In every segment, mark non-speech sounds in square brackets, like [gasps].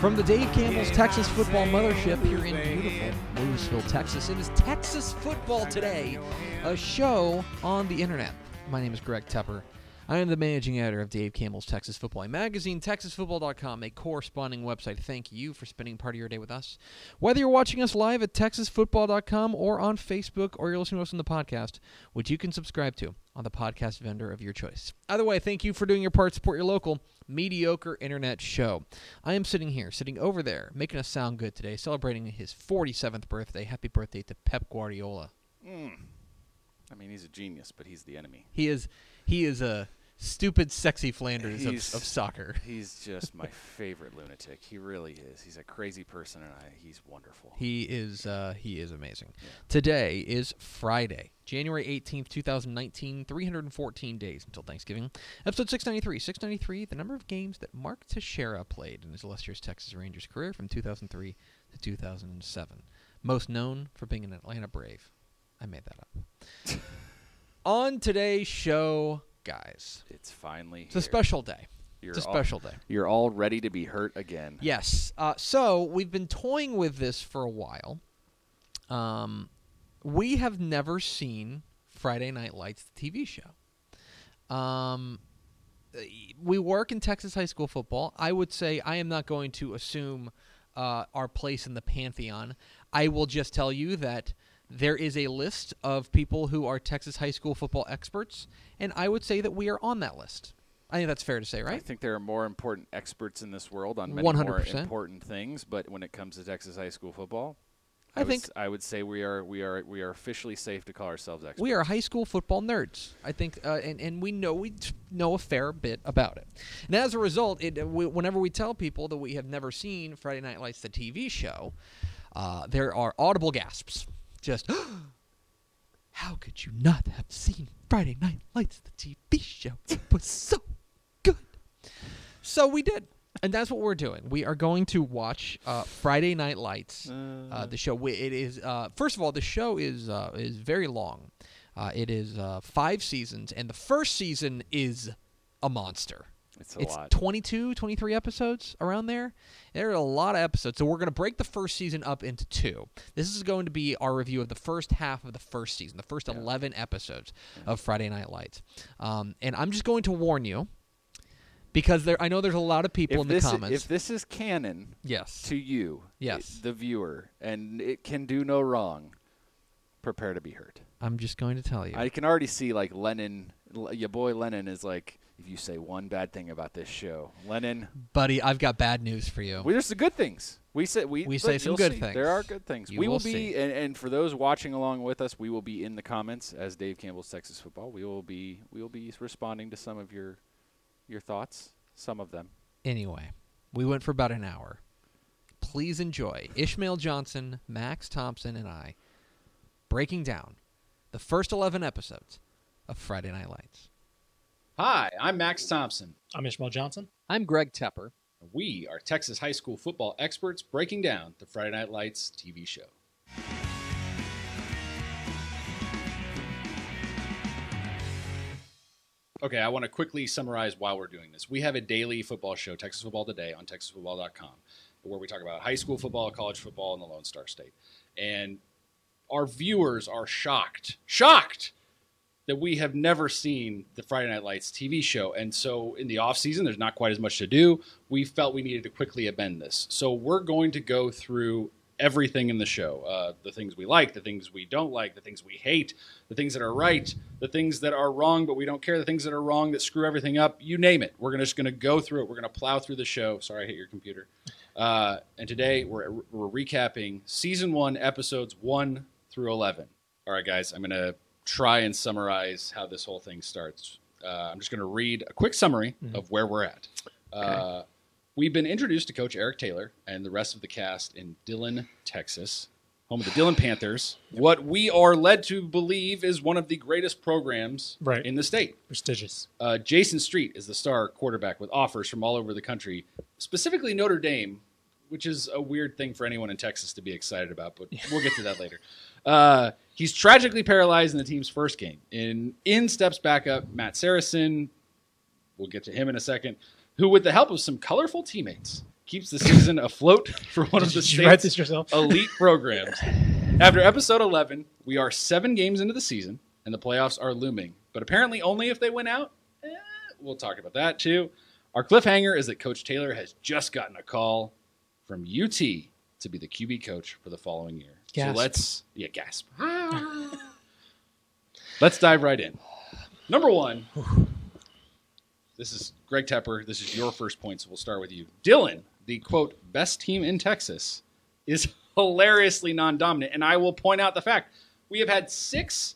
From the Dave Campbell's Texas Football Mothership here in beautiful Louisville, Texas. It is Texas Football Today, a show on the internet. My name is Greg Tepper. I am the managing editor of Dave Campbell's Texas Football magazine, texasfootball.com, a corresponding website. Thank you for spending part of your day with us. Whether you're watching us live at texasfootball.com or on Facebook or you're listening to us on the podcast, which you can subscribe to on the podcast vendor of your choice. Either way, thank you for doing your part. to Support your local mediocre internet show. I am sitting here, sitting over there, making us sound good today, celebrating his 47th birthday. Happy birthday to Pep Guardiola. I mean, he's a genius, but he's the enemy. He is he is a stupid, sexy Flanders of, He's- of soccer. [laughs] He's just my favorite lunatic. He really is. He's a crazy person, and I, he's wonderful. He is uh, he is amazing. Today is Friday, January 18th, 2019, 314 days until Thanksgiving. Episode 693. 693, the number of games that Mark Teixeira played in his illustrious Texas Rangers career from 2003 to 2007. Most known for being an Atlanta Brave. I made that up. [laughs] On today's show, guys, it's finally it's a here. special day. You're it's a all- special day. You're all ready to be hurt again. Yes. Uh, so we've been toying with this for a while. Um, we have never seen Friday Night Lights, the TV show. Um, we work in Texas high school football. I would say I am not going to assume uh, our place in the pantheon. I will just tell you that there is a list of people who are Texas high school football experts, and I would say that we are on that list. I think that's fair to say, I right? think there are more important experts in this world on many more 100%. important things, but when it comes to Texas high school football, I would think- s- I would say we are we are we are officially safe to call ourselves experts. we are high school football nerds. I think, uh, and and we know we t- know a fair bit about it. And as a result, it uh, we, whenever we tell people that we have never seen Friday Night Lights, the TV show, uh, there are audible gasps. Just [gasps] how could you not have seen Friday Night Lights, the TV show? It was so good. So we did. And that's what we're doing. We are going to watch uh, Friday Night Lights, uh, the show. We- It is uh, first of all, the show is uh, is very long. Uh, it is uh, five seasons, and the first season is a monster. It's a lot. 22, 23 episodes around there. There are a lot of episodes. So we're going to break the first season up into two. This is going to be our review of the first half of the first season, the first 11 episodes Mm-hmm. of Friday Night Lights. Um, and I'm just going to warn you because there I know there's a lot of people if in the this i- comments. if this is canon yes. to you, i- Yes. the viewer, and it can do no wrong, prepare to be hurt. I'm just going to tell you. I can already see like Lennon, L- your boy Lennon is like, if you say one bad thing about this show, Lennon, Buddy, I've got bad news for you. well, there's the good things. We say we We look, say some you'll good see. things. There are good things. You we will will be, see. and, and for those watching along with us, we will be in the comments as Dave Campbell's Texas Football. We will be we will be responding to some of your your thoughts, some of them. Anyway, we went for about an hour. Please enjoy Ishmael Johnson, Max Thompson, and I breaking down the first 11 episodes of Friday Night Lights. Hi, I'm Max Thompson. I'm Ishmael Johnson. I'm Greg Tepper. We are Texas high school football experts breaking down the Friday Night Lights TV show. Okay, I want to quickly summarize why we're doing this. We have a daily football show, Texas Football Today, on TexasFootball.com, where we talk about high school football, college football, and the Lone Star State. And our viewers are shocked, shocked that we have never seen the Friday Night Lights TV show. And so in the off season, there's not quite as much to do. We felt we needed to quickly amend this. So we're going to go through everything in the show uh, the things we like, the things we don't like, the things we hate, the things that are right, the things that are wrong, but we don't care, the things that are wrong that screw everything up. You name it. We're gonna, just going to go through it. We're going to plow through the show. Sorry, I hit your computer. Uh, and today we're, we're recapping season one, episodes one through 11. All right, guys, I'm going to try and summarize how this whole thing starts. Uh, I'm just going to read a quick summary of where we're at. Uh, We've been introduced to Coach Eric Taylor and the rest of the cast in Dillon, Texas, home of the Dillon Panthers. What we are led to believe is one of the greatest programs Right. in the state. Prestigious. Uh, Jason Street is the star quarterback with offers from all over the country, specifically Notre Dame, which is a weird thing for anyone in Texas to be excited [laughs] about, but we'll get to that later. Uh, he's tragically paralyzed in the team's first game. In, in steps backup Matt Saracen. We'll get to him in a second. Who, with the help of some colorful teammates, keeps [laughs] the season afloat for one of the Did you write state's this yourself? elite [laughs] programs. After episode 11, we are seven games into the season, and the playoffs are looming. But apparently, only if they win out. Eh, we'll talk about that too. Our cliffhanger is that Coach Taylor has just gotten a call from UT to be the QB coach for the following year. Gasp. So let's, yeah, gasp. [laughs] let's dive right in. Number one, this is Greg Tepper. This is your first point, so we'll start with you. Dylan, the quote, best team in Texas, is hilariously non dominant. And I will point out the fact we have had six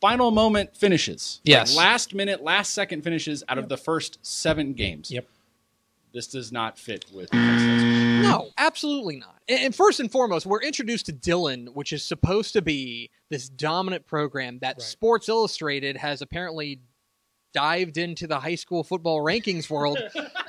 final moment finishes. Like Yes. last minute, last second finishes out of the first seven games. Yep. This does not fit with Texas. Mm. No, absolutely not. And, and first and foremost, we're introduced to Dylan, which is supposed to be this dominant program that Right. Sports Illustrated has apparently dived into the high school football rankings [laughs] world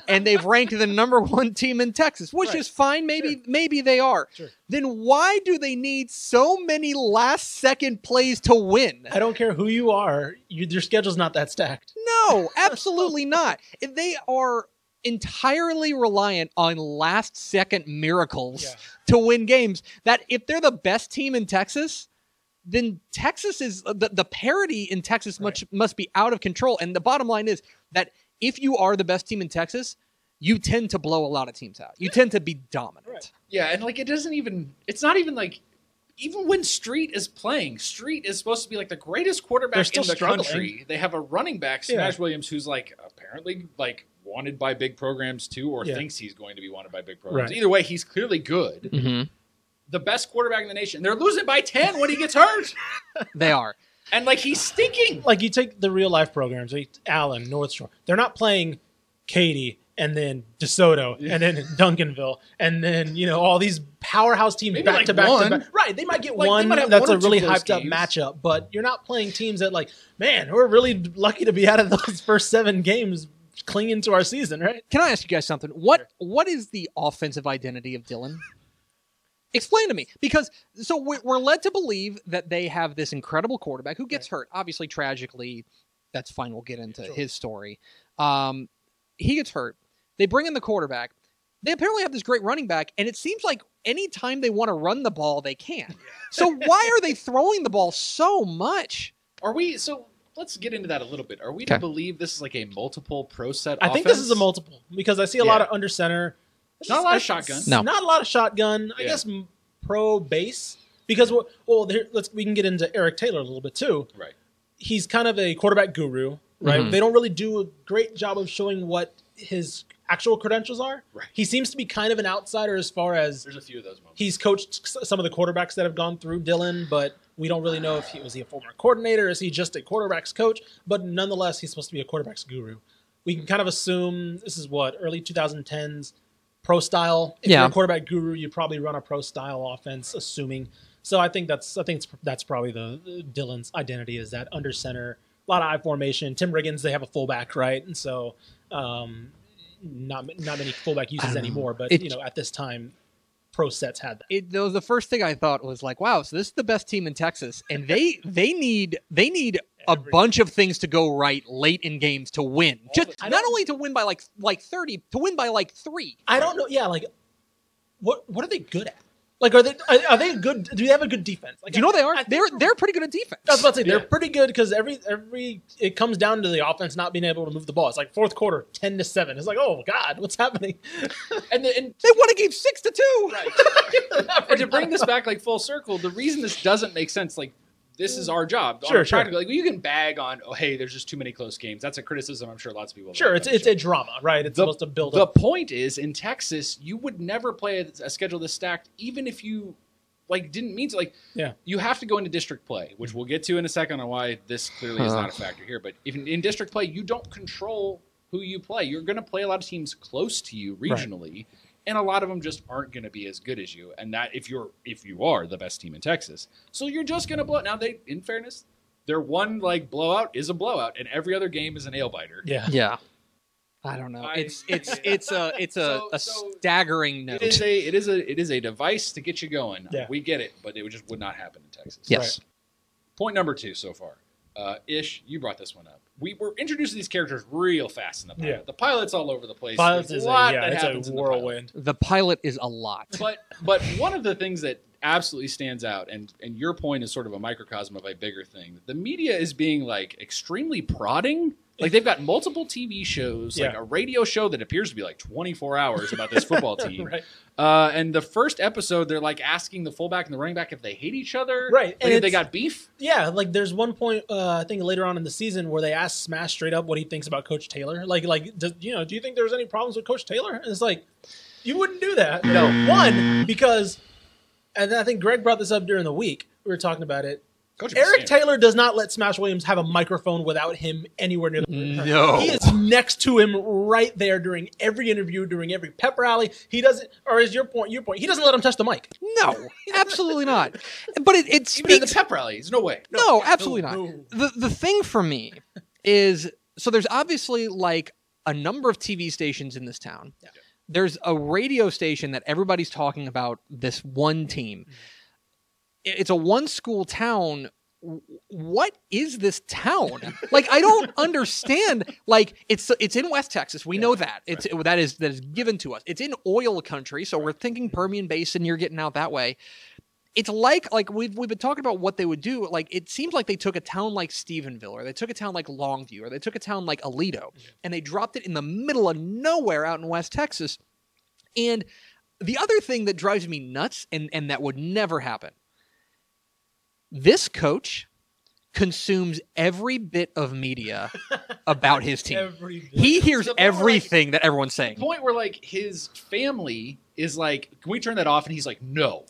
and they've ranked the number 1 team in Texas, which Right. is fine, maybe maybe they are. Sure. Then why do they need so many last second plays to win? I don't care who you are. You, your schedule's not that stacked. No, [laughs] absolutely not. They are entirely reliant on last second miracles Yeah. to win games. That if they're the best team in Texas, then Texas is uh, the, the parity in Texas much, must be out of control. And the bottom line is that if you are the best team in Texas, you tend to blow a lot of teams out. You tend to be dominant. Right. Yeah, and like it doesn't even, it's not even like, even when Street is playing, Street is supposed to be like the greatest They're quarterback still in the struggling. country. They have a running back, Yeah. Smash Williams, who's like apparently like wanted by big programs too, or Yeah. thinks he's going to be wanted by big programs. Right. Mm-hmm. Either way, he's clearly good. The best quarterback in the nation. They're losing by ten when he gets hurt, They are. and like he's stinking. Like you take the real life programs, like Allen, North Shore. They're not playing Katy and then DeSoto and [laughs] then Duncanville and then you know all these powerhouse teams Maybe back like to back one. to back. Right, they might get Like, they one might have that's one or a two really close hyped up games. matchup, but you're not playing teams that like, man, we're really lucky to be out of [laughs] those first seven games clinging to our season, right? Can I ask you guys something? What what is the offensive identity of Dylan? Explain to me, because so we're, we're led to believe that they have this incredible quarterback who gets hurt, obviously tragically. That's fine. We'll get into Sure. his story. Um, he gets hurt. They bring in the quarterback. They apparently have this great running back, and it seems like anytime they want to run the ball, they can. So why are they throwing the ball so much? Are we so? Let's get into that a little bit. Are we to Okay. believe this is like a multiple pro set? I think this is a offense? multiple because I see a lot of under center. Not a lot of shotgun. No. Not a lot of shotgun. I Yeah. guess m- pro base because well, well there, let's we can get into Eric Taylor a little bit too. Right. He's kind of a quarterback guru, right? Mhm. They don't really do a great job of showing what his actual credentials are. Right. He seems to be kind of an outsider as far as There's a few of those moments. he's coached s- some of the quarterbacks that have gone through Dylan, but we don't really know if he was he a former coordinator, is he just a quarterbacks coach? But nonetheless, he's supposed to be a quarterbacks guru. We can kind of assume this is what early 2010s pro style. If you're Yeah. a quarterback guru, you probably run a pro style offense, assuming. So I think that's I think it's, that's probably the Dylan's identity is that under center, a lot of eye formation. Tim Riggins, they have a fullback, right? And so. Um, not not many fullback uses anymore, but It- you know at this time pro sets had that. it though the first thing I thought was like, wow, so this is the best team in Texas, and [laughs] they they need they need a bunch of things to go right late in games to win. Just I not don't- only to win by like like thirty, to win by like three. I don't know. Yeah, like what what are they good at? Like are they are, are they good? Do they have a good defense? Like Do you know they I are? think They're they're pretty good at defense. I was about to say they're Yeah. pretty good because every every it comes down to the offense not being able to move the ball. It's like fourth quarter, ten to seven. It's like oh god, what's [laughs] happening? and the, and They won a game six to [laughs] two. right. and to bring this back like full circle, the reason this doesn't make sense, like this is our job. Sure, on a sure. practical- Like you can bag on, oh hey, there's just too many close games. That's a criticism I'm sure lots of people. have sure, had it's about it's a drama, right? It's The- supposed to build the up. point is in Texas, you would never play a, a schedule this stacked, even if you like didn't mean to. Like, Yeah. you have to go into district play, which we'll get to in a second on why this clearly is Huh. not a factor here. But if in, in district play, you don't control who you play. You're going to play a lot of teams close to you regionally, and a lot of them just aren't going to be as good as you. And that if you're if you are the best team in Texas, so you're just going to blow. Now they, in fairness, their one like blowout is a blowout, and every other game is a nail biter. Yeah. Yeah. I don't know. I- It's [laughs] it's it's a it's a, So- a so- staggering note. It is a it is a it is a device to get you going. Yeah. We get it, but it just would not happen in Texas. yes. Point number two so far. Uh, Ish, you brought this one up. We were introduced to these characters real fast in the pilot. Yeah. The pilot's all over the place. Violence There's is a a, lot yeah, that happens it's a in the pilot. whirlwind. The pilot is a lot. [laughs] But but one of the things that absolutely stands out, and and your point is sort of a microcosm of a bigger thing. The media is being like extremely prodding. Like they've got multiple TV shows, like Yeah. a radio show that appears to be like 24 hours about [laughs] this football team. Right. Uh, and the first episode, they're like asking the fullback and the running back if they hate each other. Right, Like, and if they it's- got beef. Yeah, like there's one point uh, I think later on in the season where they asked Smash straight up what he thinks about Coach Taylor. Like, like do, you know, do you think there's any problems with Coach Taylor? And it's like, you wouldn't do that. No, one because, and I think Greg brought this up during the week. We were talking about it. Coach Eric Sanders. Taylor does not let Smash Williams have a microphone without him anywhere near the No. He is next to him right there during every interview, during every pep rally. He doesn't or is your point your point, he doesn't let him touch the mic. no, absolutely [laughs] not. But it, it Even at speaks the pep rallies, no way. no, absolutely not. no. The the thing for me is so there's obviously like a number of TV stations in this town. There's a radio station that everybody's talking about this one team. I- It's a one school town. W- What is this town? like I don't understand. Like it's it's in West Texas. We know that. It's that is that is given to us. It's in oil country, so we're thinking Permian Basin, you're getting out that way it's like like we've we've been talking about what they would do. Like it seems like they took a town like Stephenville, or they took a town like Longview, or they took a town like Alito, and they dropped it in the middle of nowhere out in West Texas. And the other thing that drives me nuts, and and that would never happen. This coach consumes every bit of media about his team. Every He hears So, but we're like- everything that everyone's saying. The point where like his family is like, "Can we turn that off?" And he's like, "No,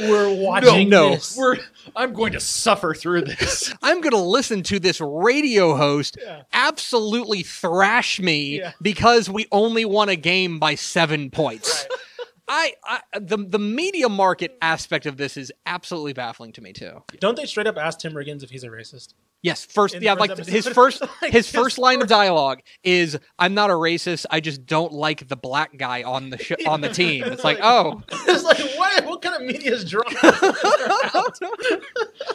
we're watching no. this. we're I'm going to suffer through this." [laughs] I'm going to listen to this radio host Yeah. absolutely thrash me Yeah. because we only won a game by seven points. [laughs] I, I the the media market aspect of this is absolutely baffling to me too. Don't they straight up ask Tim Riggins if he's a racist? Yes, first In the yeah, first like episode. [laughs] his first Like, his his first line of dialogue is I'm not a racist, I just don't like the black guy on the sh- on the team. It's [laughs] like, "Oh, [laughs] it's like what? What kind of media is drawn?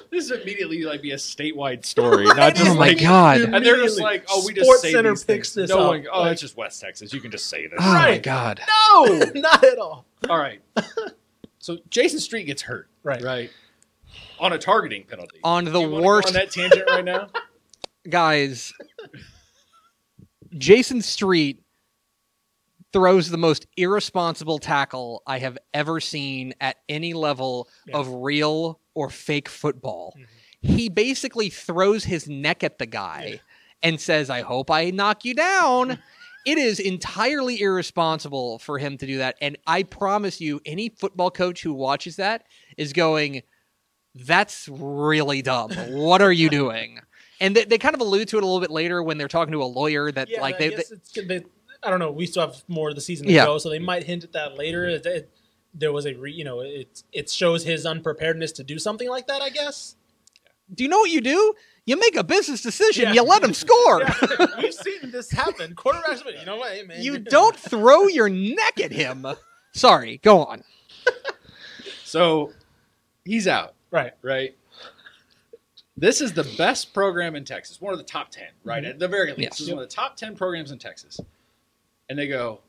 This is immediately like be a statewide story, not oh just my like. god." And they're just Immediately. like, "Oh, we just Sports say Center these picks things. this no up. one- oh, Like- Ah. it's just West Texas. You can just say this." Oh my Right. god. no, not at all. All right. [laughs] So Jason Street gets hurt, Right. Right, on a targeting penalty. On Do the you wanna go worst on that tangent [laughs] right now. guys, Jason Street throws the most irresponsible tackle I have ever seen at any level Yeah. Mm-hmm. of real or fake football. He basically throws his neck at the guy and says, I hope I knock [laughs] you down. It is entirely irresponsible for him to do that. And I promise you, any football coach who watches that is going, That's [laughs] really dumb. What are you doing? And they, they kind of allude to it a little bit later when they're talking to a lawyer that, Yeah, like, I they, guess they- it's good that- I don't know. We still have more of the season to Yeah. go, so they might hint at that later. It- it- there was a, re, you know, it it shows his unpreparedness to do something like that. I guess. do you know what you do? You make a business decision, [laughs] Yeah. you let them score. We've seen this happen. Quarterbacks, but you know what, hey, man, [laughs] You don't throw your neck at him. Sorry, go on. So he's out. right. right? This is the best program in Texas, one of the top 10, right? At the very least, Yes. this is one of the top 10 programs in Texas. And they go,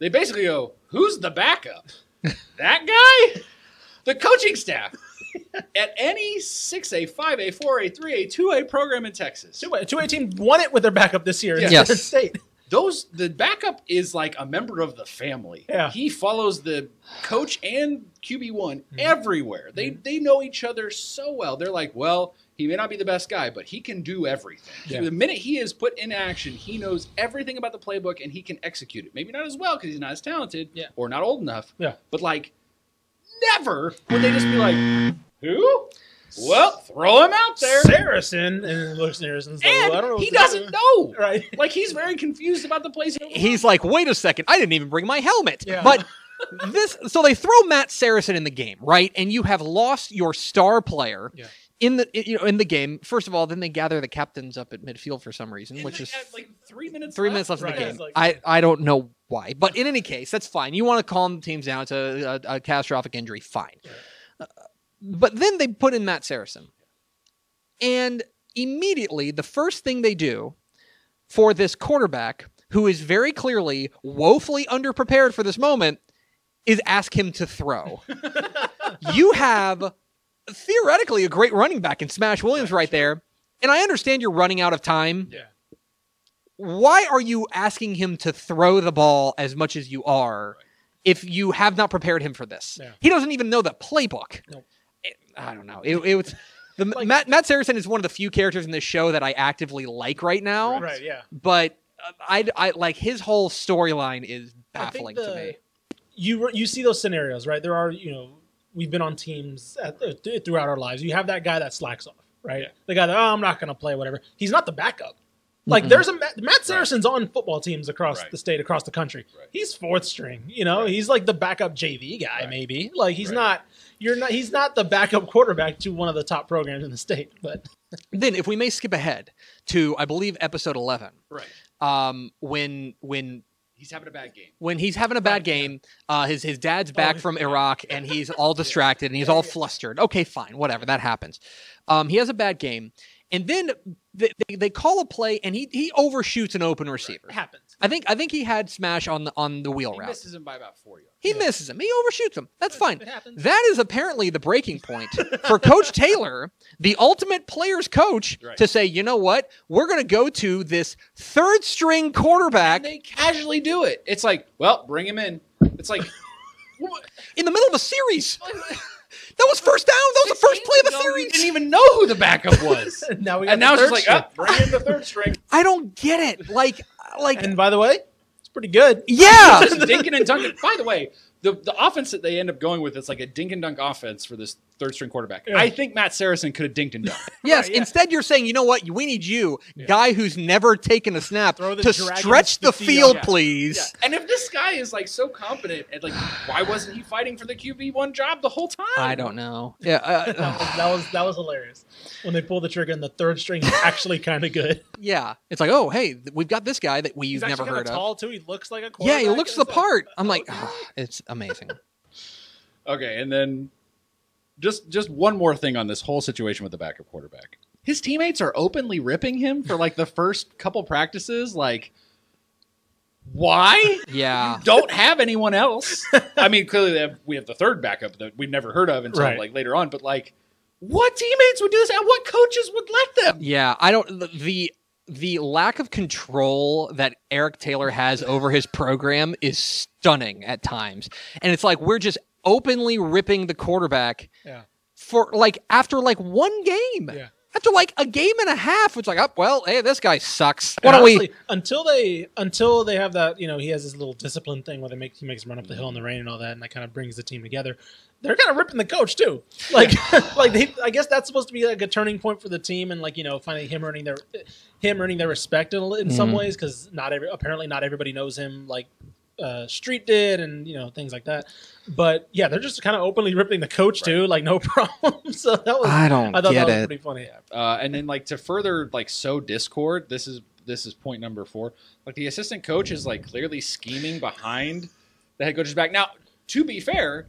they basically go, who's the backup? that guy? The coaching staff at any 6A, 5A, 4A, 3A, 2A program in Texas. Two way two way team won it with their backup this year. in Yes. Southern State. Those the backup is like a member of the family. Yeah. He follows the coach and QB1 Mm-hmm. everywhere. They they know each other so well. They're like, well, he may not be the best guy, but he can do everything. Yeah. The minute he is put in action, he knows everything about the playbook and he can execute it. Maybe not as well because he's not as talented Yeah. or not old enough. Yeah. But like never would they just be like, who? Well, throw him out there. Saracen and looks near us and, says, "Well, I don't know And what he to doesn't do." know. Right. Like he's very confused about [laughs] the place. he He's like, wait a second, I didn't even bring my helmet. Yeah. But this, so they throw Matt Saracen in the game, right? And you have lost your star player Yeah. in the you know in the game. First of all, then they gather the captains up at midfield for some reason, And which they is had, like three minutes. three left. minutes left in right. the Yeah, game. it's like- I, I don't know why, but in any case, that's fine. You want to calm teams down. It's a, a, a catastrophic injury, fine. Uh, but then they put in Matt Saracen, and immediately the first thing they do for this quarterback, who is very clearly woefully underprepared for this moment, is ask him to throw. you have theoretically a great running back in Smash Williams right there. And I understand you're running out of time Yeah. why are you asking him to throw the ball as much as you are if you have not prepared him for this? Yeah. He doesn't even know the playbook. Nope. It- I don't know. It, it was [laughs] the Matt Matt Saracen is one of the few characters in this show that I actively like right now, Right. Yeah. but uh, I I like his whole storyline is baffling to me. You you see those scenarios, right? There are you know we've been on teams at, uh, th- throughout our lives. You have that guy that slacks off, right? Yeah. The guy that oh I'm not going to play, whatever. He's not the backup. Like there's a Matt, Matt Saracen's on football teams across Right. the state, across the country. Right. He's fourth string, you know. He's like the backup JV guy, Right. maybe. Like he's Right. not. You're not. He's not the backup quarterback to one of the top programs in the state. But Then, if we may skip ahead to I believe episode eleven, Right. um, when when He's having a bad game. when he's having a bad game, uh, his his dad's Oh, back his- from Iraq and he's [laughs] all distracted and he's all flustered. Okay, fine, whatever, that happens. Um, he has a bad game, and then they, they, they call a play and he he overshoots an open receiver. it happens. [laughs] I think I think he had smash on the on the wheel He route. misses him by about four yards. He misses him. He overshoots him. That's fine. It happens. That is apparently the breaking [laughs] point for Coach Taylor, the ultimate players coach, Right. to say, you know what? We're going to go to this third string quarterback And they casually do it. It's like, well, bring him in. [laughs] It's like, what- in the middle of a series. That was first down. That was the first play of the No, You didn't series. even know who the backup was. [laughs] now we got and the now it's third just string. like, oh, bring in the third string. I don't get it. Like, uh, "Oh." like, and by the way, it's pretty good. [laughs] yeah. Just dinking and dunking. By the way, the, the offense that they end up going with is like a dink and dunk offense for this third string quarterback. Yeah. I think Matt Saracen could have dinked [laughs] and dunked. yes. Instead, you're saying, you know what? We need you, guy who's never taken a snap, Throw the to dragons stretch the 50 field, yards. please. Yeah. And if this guy is like so confident, and like, why wasn't he fighting for the QB one job the whole time? I don't know. Yeah. Uh, [laughs] that, was, that was that was hilarious when they pulled the trigger and the third string is actually kind of good. yeah. It's like, oh, hey, th- we've got this guy that we've He's never actually kinda heard of. tall too. He looks like a Yeah, quarterback. he looks the It's like- part. I'm like, "Ah, it's amazing. Okay, and then just just one more thing on this whole situation with the backup quarterback. His teammates are openly ripping him for like the first couple practices. Like, why? Yeah. Don't have anyone else. I mean, clearly they have, we have the third backup that we've never heard of until Right. like later on. But like, what teammates would do this? And what coaches would let them? Yeah, I don't the- the the lack of control that Eric Taylor has over his program is stunning at times. And it's like we're just openly ripping the quarterback Yeah. for like after like one game. Yeah. After like a game and a half, it's like, oh well, hey, this guy sucks. Why don't Honestly, we until they until they have that you know he has this little discipline thing where they make he makes him run up the hill in the rain and all that and that kind of brings the team together. They're kind of ripping the coach too. Like like [laughs] they I guess that's supposed to be like a turning point for the team and like you know finally him earning their him earning their respect in, a li- in some Mm. ways because not every apparently not everybody knows him like uh, Street did and you know things like that. But yeah, they're just kind of openly ripping the coach too, like no [laughs] problem. so that was I don't I thought that get was it. pretty funny. uh, and then like to further like sow discord this is this is point number four like the assistant coach is like clearly scheming behind the head coach's back now to be fair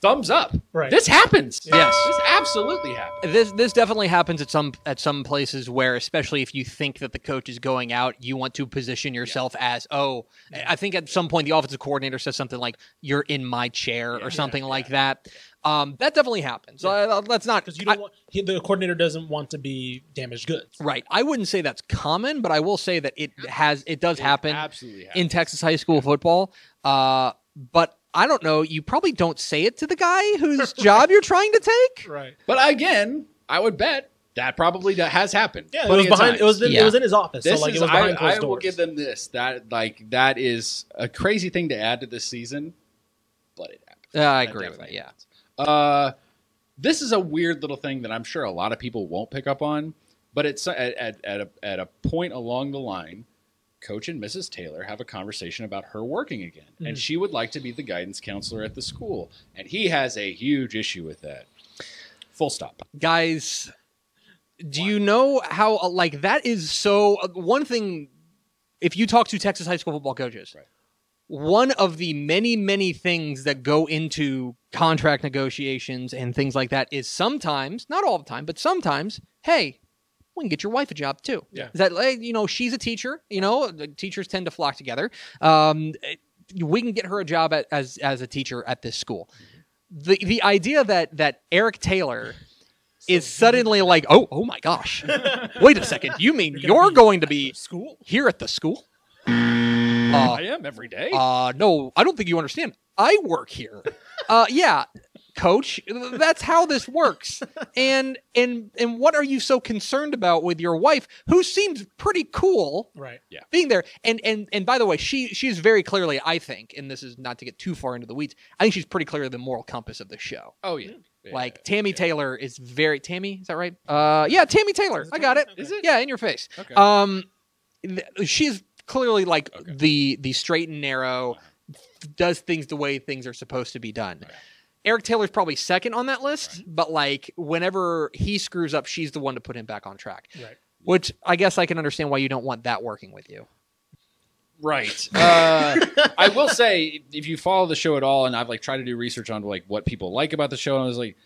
thumbs up Right. this happens Yes. this absolutely happens this this definitely happens at some at some places where especially if you think that the coach is going out you want to position yourself as oh i think at some point the offensive coordinator says something like you're in my chair or something like that um that definitely happens uh, that's not because you I- don't want he, the coordinator doesn't want to be damaged goods. right i wouldn't say that's common but i will say that it has it does happen absolutely happens. in texas high school football uh but i don't know you probably don't say it to the guy whose job you're trying to take Right. but again i would bet that probably that has happened Yeah, it plenty was of behind. times. It was in, Yeah. it was in his office. this so like is it was behind I, closed I will doors. give them this that like that is a crazy thing to add to this season but it happens uh, i That agree with definitely that yeah happens. Uh, This is a weird little thing that I'm sure a lot of people won't pick up on, but it's at, at, at, a, at a point along the line, Coach and Mrs. Taylor have a conversation about her working again, Mm. and she would like to be the guidance counselor at the school, and he has a huge issue with that. Full stop. guys do you know how uh, like that is so uh, one thing if you talk to texas high school football coaches Right. one of the many many things that go into contract negotiations and things like that is sometimes not all the time but sometimes hey we can get your wife a job too Yeah. is that like you know she's a teacher you know the teachers tend to flock together um, it- we can get her a job at, as as a teacher at this school the the idea that that eric taylor is suddenly like, oh, oh my gosh. Wait a second. You mean you're, going to be School. here at the school? Uh, I am every day. uh, no, I don't think you understand. I work here. Uh, yeah, coach, that's how this works. And and and what are you so concerned about with your wife, who seems pretty cool? Right. being there and and and by the way she she's very clearly i think and this is not to get too far into the weeds i think she's pretty clearly the moral compass of the show oh yeah. Yeah. like tammy taylor is very tammy is that right uh yeah tammy taylor i got it. Is it? yeah in your face Okay. um th- she's clearly like Okay. Uh-huh. the the straight and narrow does things the way things are supposed to be done Okay. eric taylor's probably second on that list but like whenever he screws up she's the one to put him back on track Right. which i guess i can understand why you don't want that working with you Right. Uh, I will say, if you follow the show at all, and I've like tried to do research on like what people like about the show, and I was like,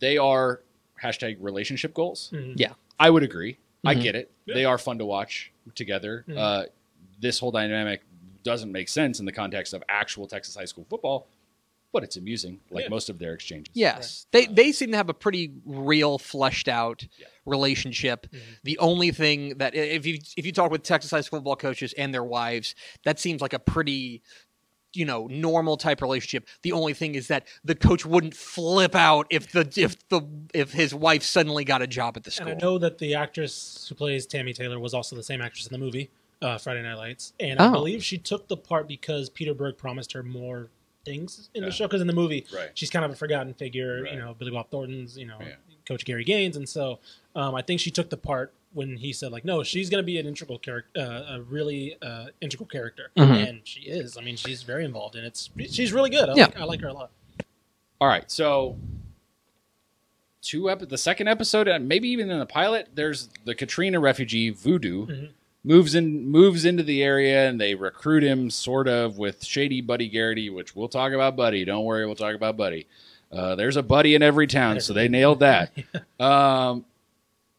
they are hashtag relationship goals. Mhm. Yeah. I would agree. I Mhm. get it. They are fun to watch together. Mhm. Uh, this whole dynamic doesn't make sense in the context of actual Texas high school football, but it's amusing, like Yeah. most of their exchanges. Yes, they they seem to have a pretty real, fleshed out Yeah. relationship. Mhm. The only thing that if you if you talk with Texas high school football coaches and their wives, that seems like a pretty you know normal type relationship. The only thing is that the coach wouldn't flip out if the if the if his wife suddenly got a job at the And I school. know that the actress who plays Tammy Taylor was also the same actress in the movie uh, Friday Night Lights, and Oh. I believe she took the part because Peter Berg promised her more things in Yeah. the show. Because in the movie, Right. she's kind of a forgotten figure, Right. you know, Billy Bob Thornton's, you know, Yeah. Coach Gary Gaines, and so um, I think she took the part when he said like, no, she's going to be an integral character, uh, a really uh, integral character, Mm-hmm. Mhm. and she is. I mean, she's very involved, and it's she's really good. I, Yeah. like, I like her a lot. All right. So, two ep- the second episode, and maybe even in the pilot, there's the Katrina refugee Voodoo Mhm. moves in moves into the area, and they recruit him sort of with shady Buddy Garrity, which we'll talk about Buddy. Don't worry, we'll talk about Buddy. Uh, there's a Buddy in every town, so they nailed that. Um,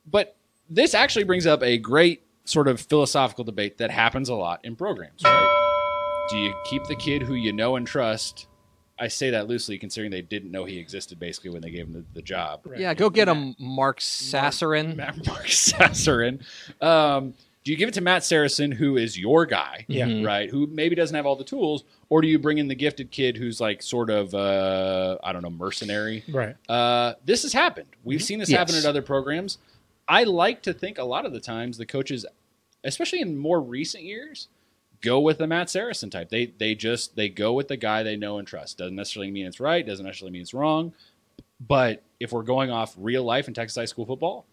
but this actually brings up a great sort of philosophical debate that happens a lot in programs, right? Do you keep the kid who you know and trust? I say that loosely, considering they didn't know he existed basically when they gave him the, the job. Right. Yeah, go get him, Mark Sasserin. Matt [laughs] Mark Sasserin. Um, do you give it to Matt Saracen, who is your guy, Yeah. right? Who maybe doesn't have all the tools, or do you bring in the gifted kid who's like sort of uh, I don't know mercenary? Right. Uh, this has happened. Mm-hmm. We've seen this happen Yes. at other programs. I like to think a lot of the times the coaches, especially in more recent years, go with the Matt Saracen type. They they just they go with the guy they know and trust. Doesn't necessarily mean it's right. Doesn't necessarily mean it's wrong. But if we're going off real life in Texas high school football,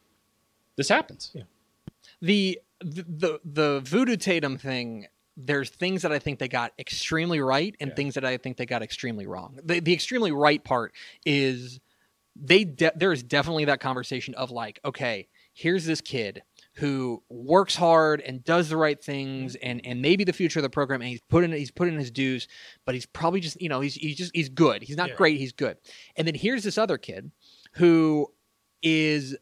this happens. Yeah. the the the voodoo tatum thing there's things that i think they got extremely right and Yeah. things that i think they got extremely wrong the, the extremely right part is they de- there's definitely that conversation of like okay here's this kid who works hard and does the right things and and maybe the future of the program and he's put in he's put in his dues but he's probably just you know he's he's just he's good he's not Yeah. great he's good and then here's this other kid who is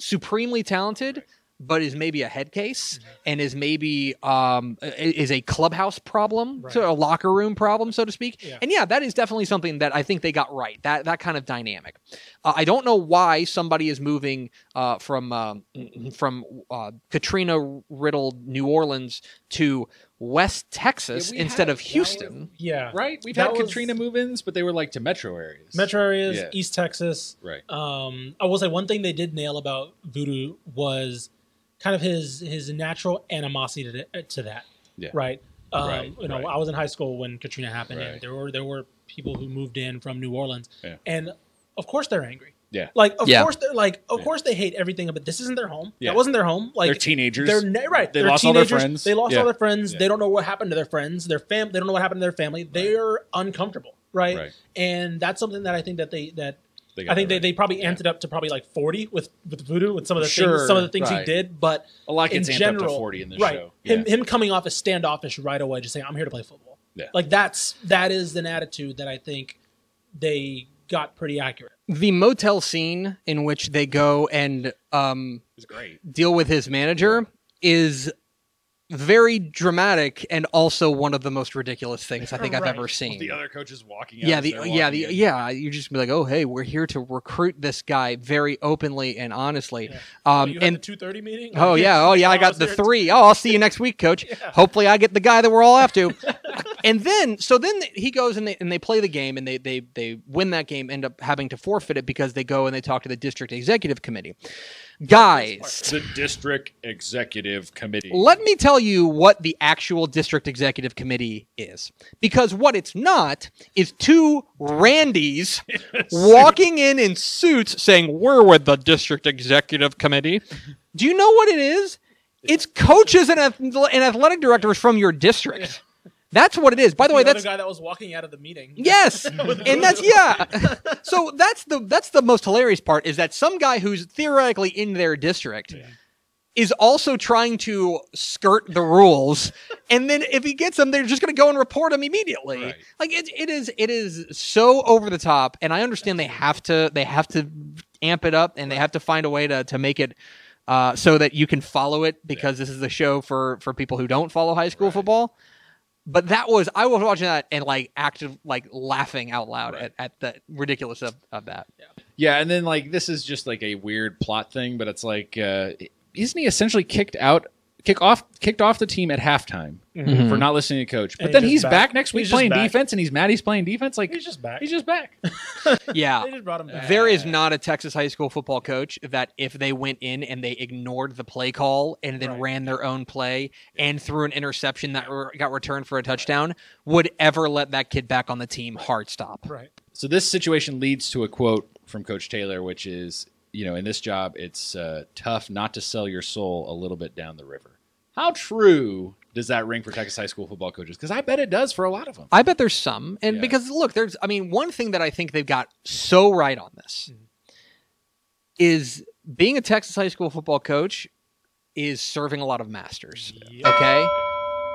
supremely talented but is maybe a head case Mm-hmm. and is maybe um, i- is a clubhouse problem, Right. so a locker room problem, so to speak. Yeah. And yeah, that is definitely something that I think they got right. That that kind of dynamic. Uh, I don't know why somebody is moving uh, from um, from uh, Katrina riddled New Orleans to West Texas Yeah, we instead had- of Houston. Yeah. Right? We've That had was- Katrina move-ins, but they were like to metro areas. Metro areas, Yeah. East Texas, Right. um, I will say one thing they did nail about Voodoo was kind of his his natural animosity to, to that. Yeah. Right. Um, Right, You know, right. I was in high school when Katrina happened, Right. and there were there were people who moved in from New Orleans, Yeah. and of course they're angry. Yeah. Like of Yeah. course they're like of Yeah. course they hate everything but this isn't their home. Yeah. That wasn't their home. Like they're teenagers. They're ne- right. They are lost all teenagers. their friends. They lost Yeah. all their friends. Yeah. They don't know what happened to their friends. Their fam. They don't know what happened to their family. They're uncomfortable, right? Right. And that's something that I think that they that They got I think it they, right. they probably amped it up to probably like forty with with voodoo with some of the Sure, things some of the things he right. did. But a lot in gets amped general, up to forty in this right? show. Him him coming off as standoffish right away, just saying I'm here to play football. Yeah. Like that's that is an attitude that I think they got pretty accurate. the motel scene in which they go and um, it's great. deal with his manager is very dramatic and also one of the most ridiculous things I think I've Right. ever seen. The other coach is walking. Out yeah, as the they're yeah, walking the in. yeah, you just be like, "Oh, hey, we're here to recruit this guy very openly and honestly." Yeah. Um you had and the two thirty meeting. [laughs] Oh yeah, oh yeah, I got was the there. three. Oh, I'll see you next week, coach. Hopefully, I get the guy that we're all after. [laughs] and then, so then he goes and they and they play the game and they they they win that game. End up having to forfeit it because they go and they talk to the district executive committee. Guys, the district executive committee. let me tell you what the actual district executive committee is, because what it's not is two Randys walking in in suits saying we're with the district executive committee. Do you know what it is? It's coaches and, ath- and athletic directors from your district. That's what it is. By the way, the other that's guy that was walking out of the meeting. Yes, and that's yeah. so that's the that's the most hilarious part is that some guy who's theoretically in their district is also trying to skirt the rules, and then if he gets them, they're just going to go and report him immediately. Right. Like it, it is it is so over the top, and I understand they have to they have to amp it up and they have to find a way to to make it. Uh, so that you can follow it because this is the show for for people who don't follow high school football but that was I was watching that and like active like laughing out loud Right. at, at the ridiculous of, of [laughs] that. Yeah, and then like this is just like a weird plot thing, but it's like uh, isn't he essentially kicked out, kick off, kicked off the team at halftime for not listening to coach? But Mm-hmm. And then he's he's just back. back. next week He's just playing back. defense, and he's mad he's playing defense. Like he's just back. he's just back. Yeah. They just brought him back. Um, There is not a Texas high school football coach that if they went in and they ignored the play call and then Right. ran their own play and threw an interception that re- got returned for a touchdown would ever let that kid back on the team hard stop. right. So this situation leads to a quote from Coach Taylor, which is, you know, in this job, it's uh, tough not to sell your soul a little bit down the river. How true does that ring for Texas high school football coaches? Because I bet it does for a lot of them. I bet there's some. And Yeah. because look, there's I mean, one thing that I think they've got so right on this Mm-hmm. is being a Texas high school football coach is serving a lot of masters. Okay?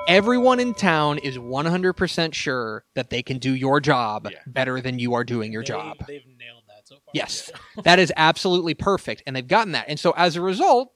Everyone in town is 100% sure that they can do your job Yeah. better than you are doing your job. They've nailed that so far. Yes, that is absolutely perfect. And they've gotten that. And so as a result,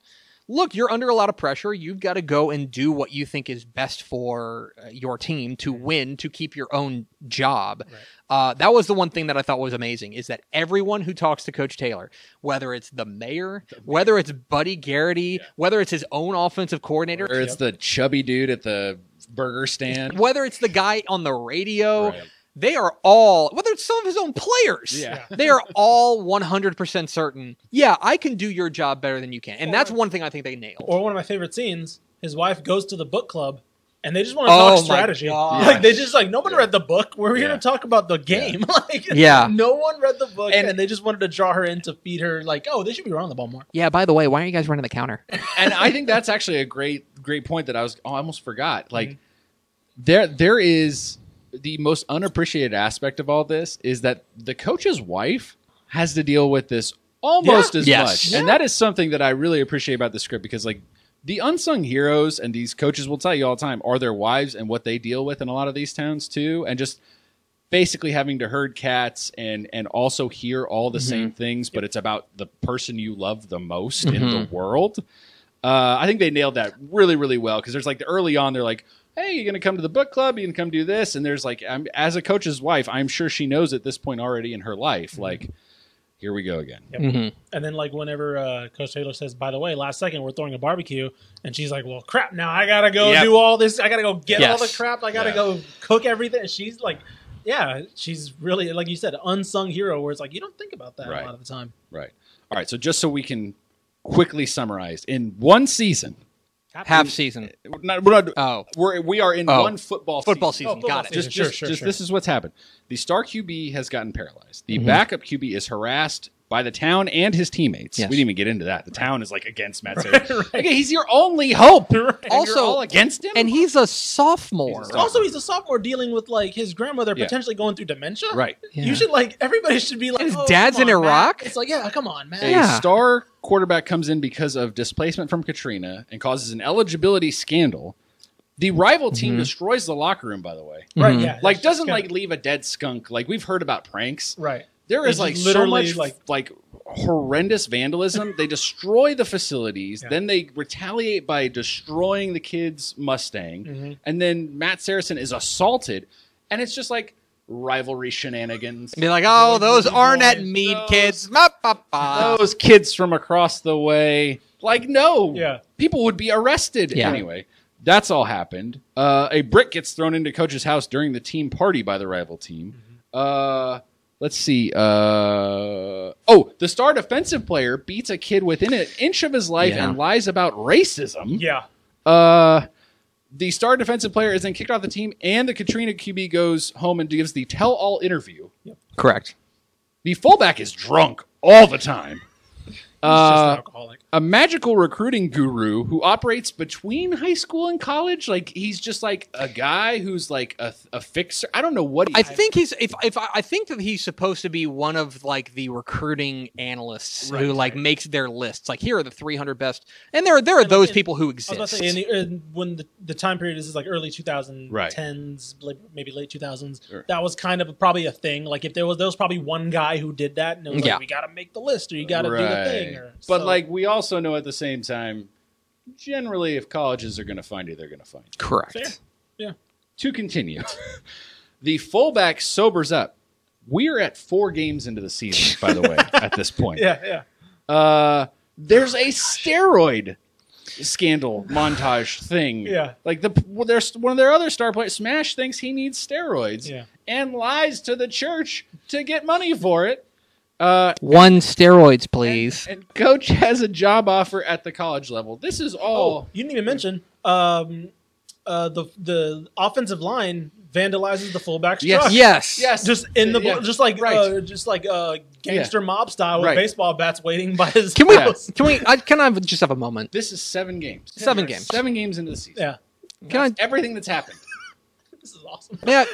look, you're under a lot of pressure. You've got to go and do what you think is best for uh, your team to win, to keep your own job. Uh, that was the one thing that I thought was amazing is that everyone who talks to Coach Taylor, whether it's the mayor, whether it's Buddy Garrity, whether it's his own offensive coordinator, Or it's the chubby dude at the burger stand. whether it's the guy on the radio, Right. they are all whether it's some of his own players. Yeah. They are all 100% certain. Yeah, I can do your job better than you can. And that's one thing I think they nailed. Or one of my favorite scenes, his wife goes to the book club and they just want to Oh talk my strategy. gosh. Like they just like no one read the book. We're here Yeah. to talk about the game. [laughs] like Yeah. no one read the book And- and, they just wanted to draw her in to feed her like, oh, they should be running the ball more. yeah, by the way, why aren't you guys running the counter? and I think that's actually a great great point that I was oh, I almost forgot. Like Mm-hmm. there there is the most unappreciated aspect of all this is that the coach's wife has to deal with this almost Yeah. as Yes. much. And that is something that I really appreciate about the script because like the unsung heroes and these coaches will tell you all the time are their wives and what they deal with in a lot of these towns too and just basically having to herd cats and and also hear all the same things but it's about the person you love the most in the world uh, i think they nailed that really really well because there's like the early on they're like hey you're gonna come to the book club you can come do this and there's like I'm, as a coach's wife i'm sure she knows at this point already in her life like here we go again Mm-hmm. And then like whenever uh, Coach Taylor says, by the way, last second we're throwing a barbecue and she's like, Well crap, now I gotta go Yep. do all this, I gotta go get all the Yes. crap, I gotta Yeah. go cook everything. And she's like yeah, she's really like you said, unsung hero. Where it's like you don't think about that Right. a lot of the time. right all right so just so we can quickly summarize in one season half season. We're not, we're not, Oh. we're, we are in Oh. one football Football season. season. Got it. Just, Sure, just- sure, just sure. Mm-hmm. this is what's happened. The star QB has gotten paralyzed. The backup QB is harassed by the town and his teammates. Yes. We didn't even get into that. The town is like against [laughs] Matt Sayer. Like, he's your only hope. And you're Also- all against him. And he's a sophomore. He's a sophomore. Also, he's a sophomore dealing with like his grandmother Yeah. potentially going through dementia. right. Yeah. You should like everybody should be like his "Oh, dad's come in on, Matt." Iraq? It's like yeah, come on, man. [laughs] A Yeah. star quarterback comes in because of displacement from Katrina and causes an eligibility scandal. The rival team destroys the locker room, by the way. Right. Mhm. Yeah. Like Mm-hmm. that's doesn't kinda- like leave a dead skunk. Like we've heard about pranks. right. There is It's like so literally, much like like- like horrendous vandalism. they destroy the facilities, Yeah. then they retaliate by destroying the kid's Mustang, Mhm. and then Matt Saracen is assaulted, and it's just like rivalry shenanigans. Be like, oh, those Arnett boys, Mead those- kids. Ma, pa, Uh, pa. Those kids from across the way, like no, Yeah. people would be arrested Yeah. anyway. That's all happened. Uh, a brick gets thrown into coach's house during the team party by the rival team. Mm-hmm. Uh, let's see. Uh, oh, the star defensive player beats a kid within an inch of his life Yeah. and lies about racism. Yeah. Uh, the star defensive player is then kicked off the team, and the Katrina QB goes home and gives the tell-all interview. Correct. The fullback is drunk all the time. He's just Uh, an alcoholic. a magical recruiting guru who operates between high school and college. Like he's just like a guy who's like a, a fixer. I don't know what he, I think he's if if I I think that he's supposed to be one of like the recruiting analysts Right, who like right. makes their lists. Like here are the 300 best, and there are there are And- those and- people who I was about exist. to say in the, in, when the, the time period is, is like early 2010s, like, maybe late 2000s. Sure. That was kind of probably a thing. Like if there was there was probably one guy who did that, and it was Yeah. like we got to make the list or you got to do the thing. Or, but so- like we also know at the same time, generally, if colleges are going to find you, they're going to find you. Correct. Fair. To continue, [laughs] the fullback sobers up. We're at four games into the season, by the way. at this [laughs] point, yeah, yeah. uh, there's a steroid [laughs] scandal montage thing. Yeah. like the well, there's one of their other star players. Smash thinks he needs steroids. Yeah. and lies to the church to get money for it. Uh, One steroids, please. and coach has a job offer at the college level. This is all. Oh, you didn't even mention um, uh, the the offensive line vandalizes the fullback's Yes. truck. yes. Yes, Just in the Yeah. just like Right. uh, just like uh, gangster mob style with Right. baseball bats waiting by his Can we? house. Can we? I, can I just have a moment? This is seven games. Seven games. Seven games into the season. Yeah, Can I? Everything that's happened. [laughs] this is awesome. [laughs] May I,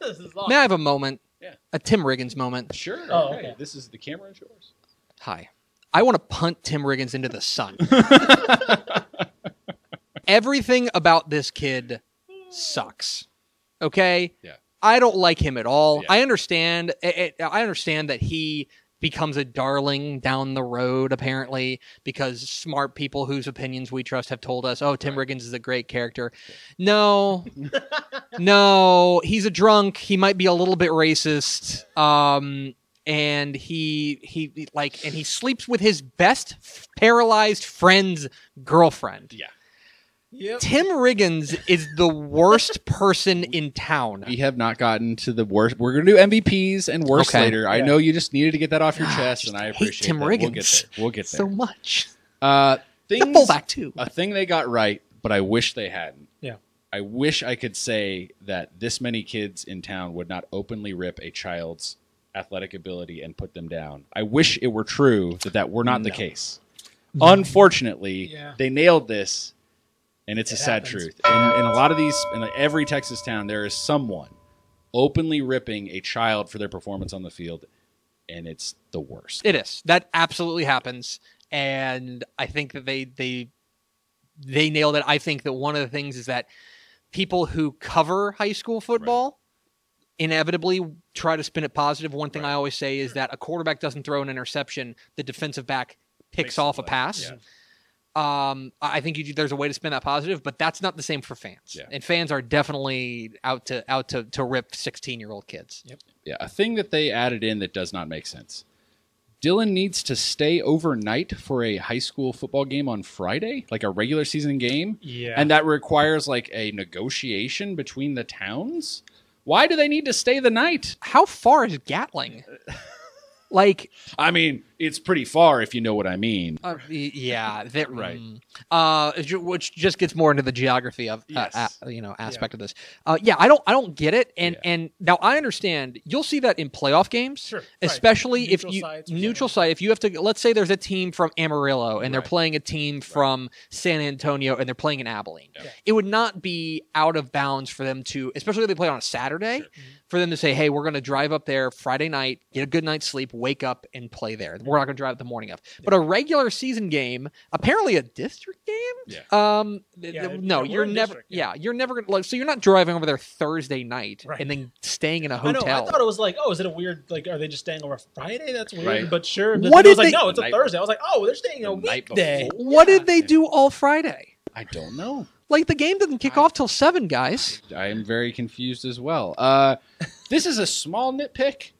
this is awesome. may I have a moment? Yeah. A Tim Riggins moment. Sure. Oh, okay. okay. This is the camera is yours. Hi. I want to punt Tim Riggins into the [laughs] sun. Everything about this kid sucks. Okay? Yeah. I don't like him at all. Yeah. I understand it, it- I understand that he becomes a darling down the road apparently because smart people whose opinions we trust have told us, "Oh, Tim Riggins is a great character." [laughs] No. no, he's a drunk. He might be a little bit racist. Um and he he like and he sleeps with his best f- paralyzed friend's girlfriend. Yeah. Yep. Tim Riggins is the worst person in town. We have not gotten to the worst. We're going to do MVPs and worst Okay. Ah, later. I Yeah. know you just needed to get that off your chest, and I hate appreciate Tim that. We'll get Riggins there. We'll get there. so much. uh, things, The fullback too. a thing they got right, but I wish they hadn't. Yeah. I wish I could say that this many kids in town would not openly rip a child's athletic ability and put them down. I wish it were true that that were not the No. case. Unfortunately, Yeah. they nailed this, and it's It a sad happens. truth. In, in a lot of these, in every Texas town, there is someone openly ripping a child for their performance on the field, and it's the worst. It is. That absolutely happens. And I think that they they they nailed it. I think that one of the things is that people who cover high school football inevitably try to spin it positive. One thing I always say is that a quarterback doesn't throw an interception, the defensive back picks Makes the off a play. pass. Yeah. Um, I I think you, do- there's a way to spin that positive, but that's not the same for fans. Yeah. And fans are definitely out to out to to rip 16 year old kids. yeah, a thing that they added in that does not make sense. Dylan needs to stay overnight for a high school football game on Friday, like a regular season game, Yeah. and that requires like a negotiation between the towns. Why do they need to stay the night? [laughs] How far is Gatling? like I mean, it's pretty far if you know what I mean. [laughs] Uh, y- yeah, that Right. mm. Uh, ju- which just gets more into the geography of uh, Yes. a- you know aspect of this. Uh, yeah, I don't I don't get it, and Yeah. and now I understand. You'll see that in playoff games, Sure, right. especially if Neutral you sites or neutral something. site. If you have to, let's say there's a team from Amarillo and they're Right. playing a team from San Antonio and they're playing in Abilene. Yeah. It would not be out of bounds for them to, especially if they play on a Saturday, Mm-hmm. for them to say, "Hey, we're going to drive up there Friday night, get a good night's sleep, wake up and play there." We're not going to drive the morning of. But a regular season game, apparently a district game. Yeah. Um. th- Yeah, th- if- no, if we're you're in never. district, yeah. yeah. you're never going to. Like, so you're not driving over there Thursday night Right. and then staying in a I know. hotel. I thought it was like, oh, is it a weird like? Are they just staying over Friday? That's weird. Right. But sure. What But then did I was like, they- no, it's a Night- Thursday. I was like, oh, they're staying a The night weekday. before? what Yeah. did they do all Friday? I don't know. Like the game doesn't kick I- off till seven, guys. I am very confused as well. [laughs] Uh, this is a small nitpick.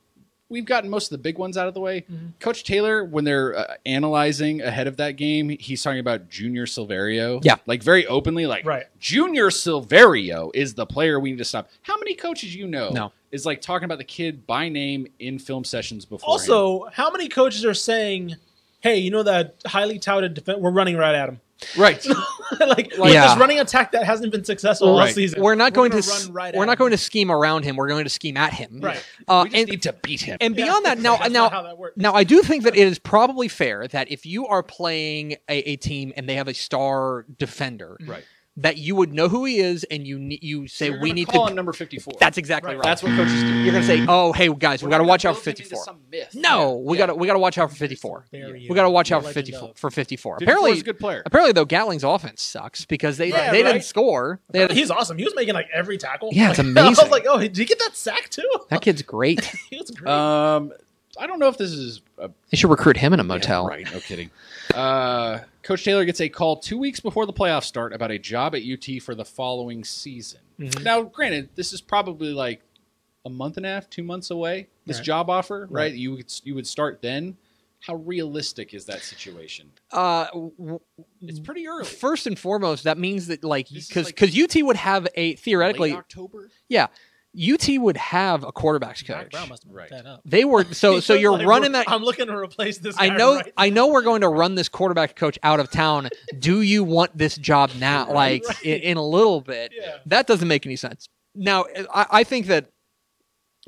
We've gotten most of the big ones out of the way. Mm-hmm. Coach Taylor, when they're uh, analyzing ahead of that game, he's talking about Junior Silverio. Yeah. Like very openly, like, Right. Junior Silverio is the player we need to stop. How many coaches you know No. is like talking about the kid by name in film sessions before? Also, how many coaches are saying, hey, you know that highly touted defense? We're running right at him. right. [laughs] like, Like- like Yeah. this running attack that hasn't been successful all Right. season. [laughs] We're not going to. gonna s- run right we're at not him. going to scheme around him. We're going to scheme at him. Right. Uh, we just and need to beat him. [laughs] and Yeah. beyond that, now That's now not how that works. Now, I do think that it is probably fair that if you are playing a, a team and they have a star defender, Right. that you would know who he is and you ne- you say You're we gonna need call to. him number fifty-four. That's exactly right. Right. that's what coaches do. you're gonna say, oh hey guys, we We're got to not watch gonna out for build him into 54. some myth. No, Yeah. we Yeah. got to we got to watch out for 54. Bury We you. got to watch The out for legend 54 of- for 54. 54 Apparently, is a good player. apparently though, Gatling's offense sucks because they Right, they didn't right. score. [laughs] They had a- He's awesome. He was making like every tackle. Yeah, it's Like, [laughs] I amazing. was like, oh, did he get that sack too? [laughs] that kid's great. he was great. Um, I don't know if this is a they should recruit him in a motel. Yeah, right, no kidding. Uh, Coach Taylor gets a call two weeks before the playoffs start about a job at UT for the following season. Now, granted, this is probably like a month and a half, two months away. This Right. job offer, right? Right. You would you would start then. How realistic is that situation? Uh, w- It's pretty early. first and foremost, that means that like This is because like- because UT would have a Late theoretically October. Yeah. UT would have a quarterbacks Doc coach. Brown must have Right. right. that up. [laughs] They were so He so was you're like, running "We're- that I'm looking to replace this. I guy know right [laughs] I know we're going to run this quarterback coach out of town. Do you want this job [laughs] now like i- in, a little bit? Yeah. That doesn't make any sense. Now I, I think that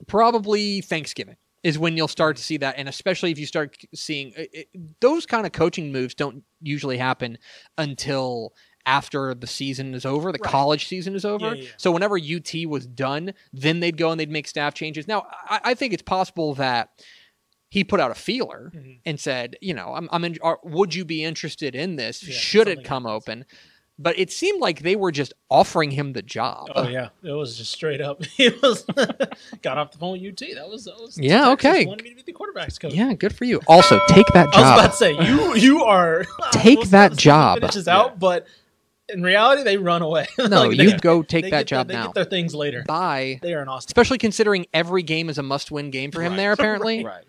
probably Thanksgiving is when you'll start to see that and especially if you start seeing uh, it, it- those kind of coaching moves don't usually happen until after the season is over, the Right. college season is over. Yeah, yeah, yeah. So whenever UT was done, then they'd go and they'd make staff changes. Now I, I think it's possible that he put out a feeler Mhm. and said, you know, I'm, I'm in, are, would you be interested in this? Yeah, Should it something come open? But it seemed like they were just offering him the job. Oh yeah, it was just straight up. [laughs] It was got off the phone with UT. That was that was Yeah, Texas okay. Wanted me to be the quarterbacks coach. Yeah, good for you. Also, take that [laughs] I was about job. to say you you are [laughs] Take We'll see that how this job. Finishes out, but in reality, they run away. [laughs] No, Like, you they- go take they that get their- job they now. Get their things later. Bye. They are in Austin. Especially considering every game is a must-win game for [laughs] him Right. there. Apparently, Right.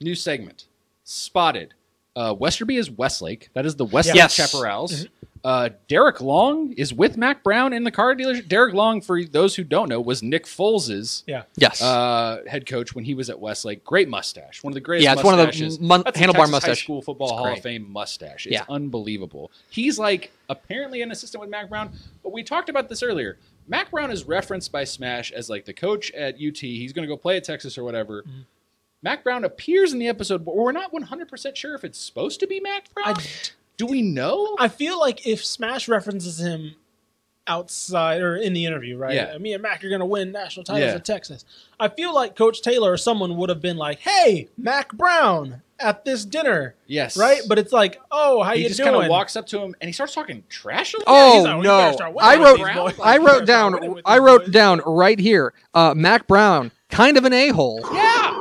New segment. Spotted. Uh, Westerby is Westlake. That is the Westlake Yes. Chaparrals. Uh, Derek Long is with Mac Brown in the car dealership. Derek Long, for those who don't know, was Nick Foles' Yeah. yes. uh, head coach when he was at Westlake. Great mustache. One of the greatest Yeah, it's one of the mustaches. mon- That's a handlebar Texas High mustache. school football It's Hall great. of Fame mustache. It's Yeah. unbelievable. He's like apparently an assistant with Mac Brown, but we talked about this earlier. Mac Brown is referenced by Smash as like the coach at UT. He's going to go play at Texas or whatever. Mm-hmm. Mac Brown appears in the episode, but we're not 100% sure if it's supposed to be Mac Brown. Do we know? I feel like if Smash references him outside or in the interview, right? Yeah. Me and Mac are going to win national titles Yeah. at Texas. I feel like Coach Taylor or someone would have been like, "Hey, Mac Brown at this dinner." yes. Right, but it's like, oh, how he you just doing? kind of walks up to him and he starts talking trash. a little Yeah, Oh he's out. We better no! start winning I with wrote, these boys. I We better wrote start winning down, with I these wrote boys. down right here. Uh, Mac Brown, kind of an a hole. bit. Yeah.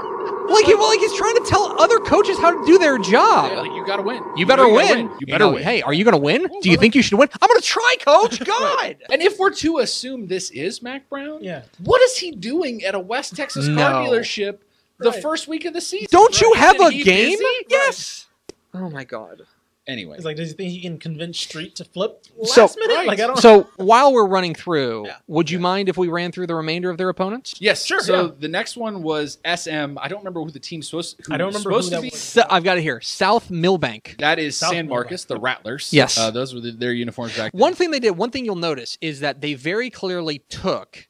Like he, like he's trying to tell other coaches how to do their job. Yeah, like, you gotta win. You better know gotta win. You better know, win. Hey, are you going to win? Do you brother. think you should win? I'm going to try, coach. God. And if we're to assume this is Mac Brown, Yeah. what is he doing at a West Texas car No. dealership the Right. first week of the season? Don't you Right. have a Isn't he game? busy? Yes. Oh my god. Anyway, It's like, does he think he can convince Street to flip last So- minute? right. Like, I don't. So while we're running through, Yeah. would you mind if we ran through the remainder of their opponents? yes, Sure, So yeah. the next one was SM. I don't remember who the team's supposed. Who I don't was remember who supposed that to be. was. So, I've got it here. South Millbank. That is South San Marcus, the Rattlers. Yes. uh, those were the, their uniforms back then. One thing they did, one thing you'll notice is that they very clearly took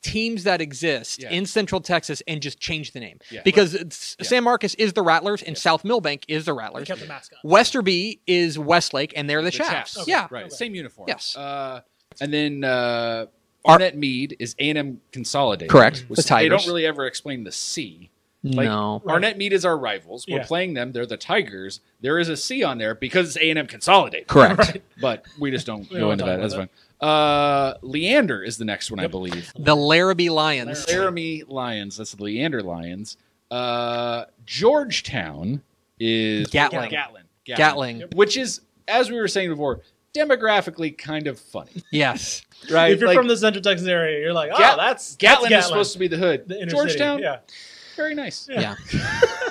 teams that exist Yeah. in Central Texas and just changed the name Yeah. because it's, Yeah. San Marcos is the Rattlers and South Millbank is the They Rattlers. kept the mascot. Westerby is Westlake and they're the, the Chaps. Chaps. Yeah, right. Okay. Same uniform. Yes. Uh, and then uh, Ar- Arnett Mead is A and M Consolidated. Correct. which The They Tigers. don't really ever explain the C. Like, [laughs] no. Right. Arnett Mead is our rivals. We're Yeah. playing them. They're the Tigers. There is a C on there because it's A and M Consolidated. Correct. But we just [laughs] don't We go don't into talk that. That's about fine. Uh, Leander is the next one, I believe. The Larrabee Lions. Laramie Lions. That's the Leander Lions. Uh, Georgetown is Gatling. Gatlin. Gatling. Which is, as we were saying before, demographically kind of funny. Yes. right? if you're Like, from the Central Texas area, you're like, oh, Gat- that's Gatlin, that's is supposed to be the hood. the inner Georgetown, City. Yeah, very nice. Yeah. yeah. [laughs]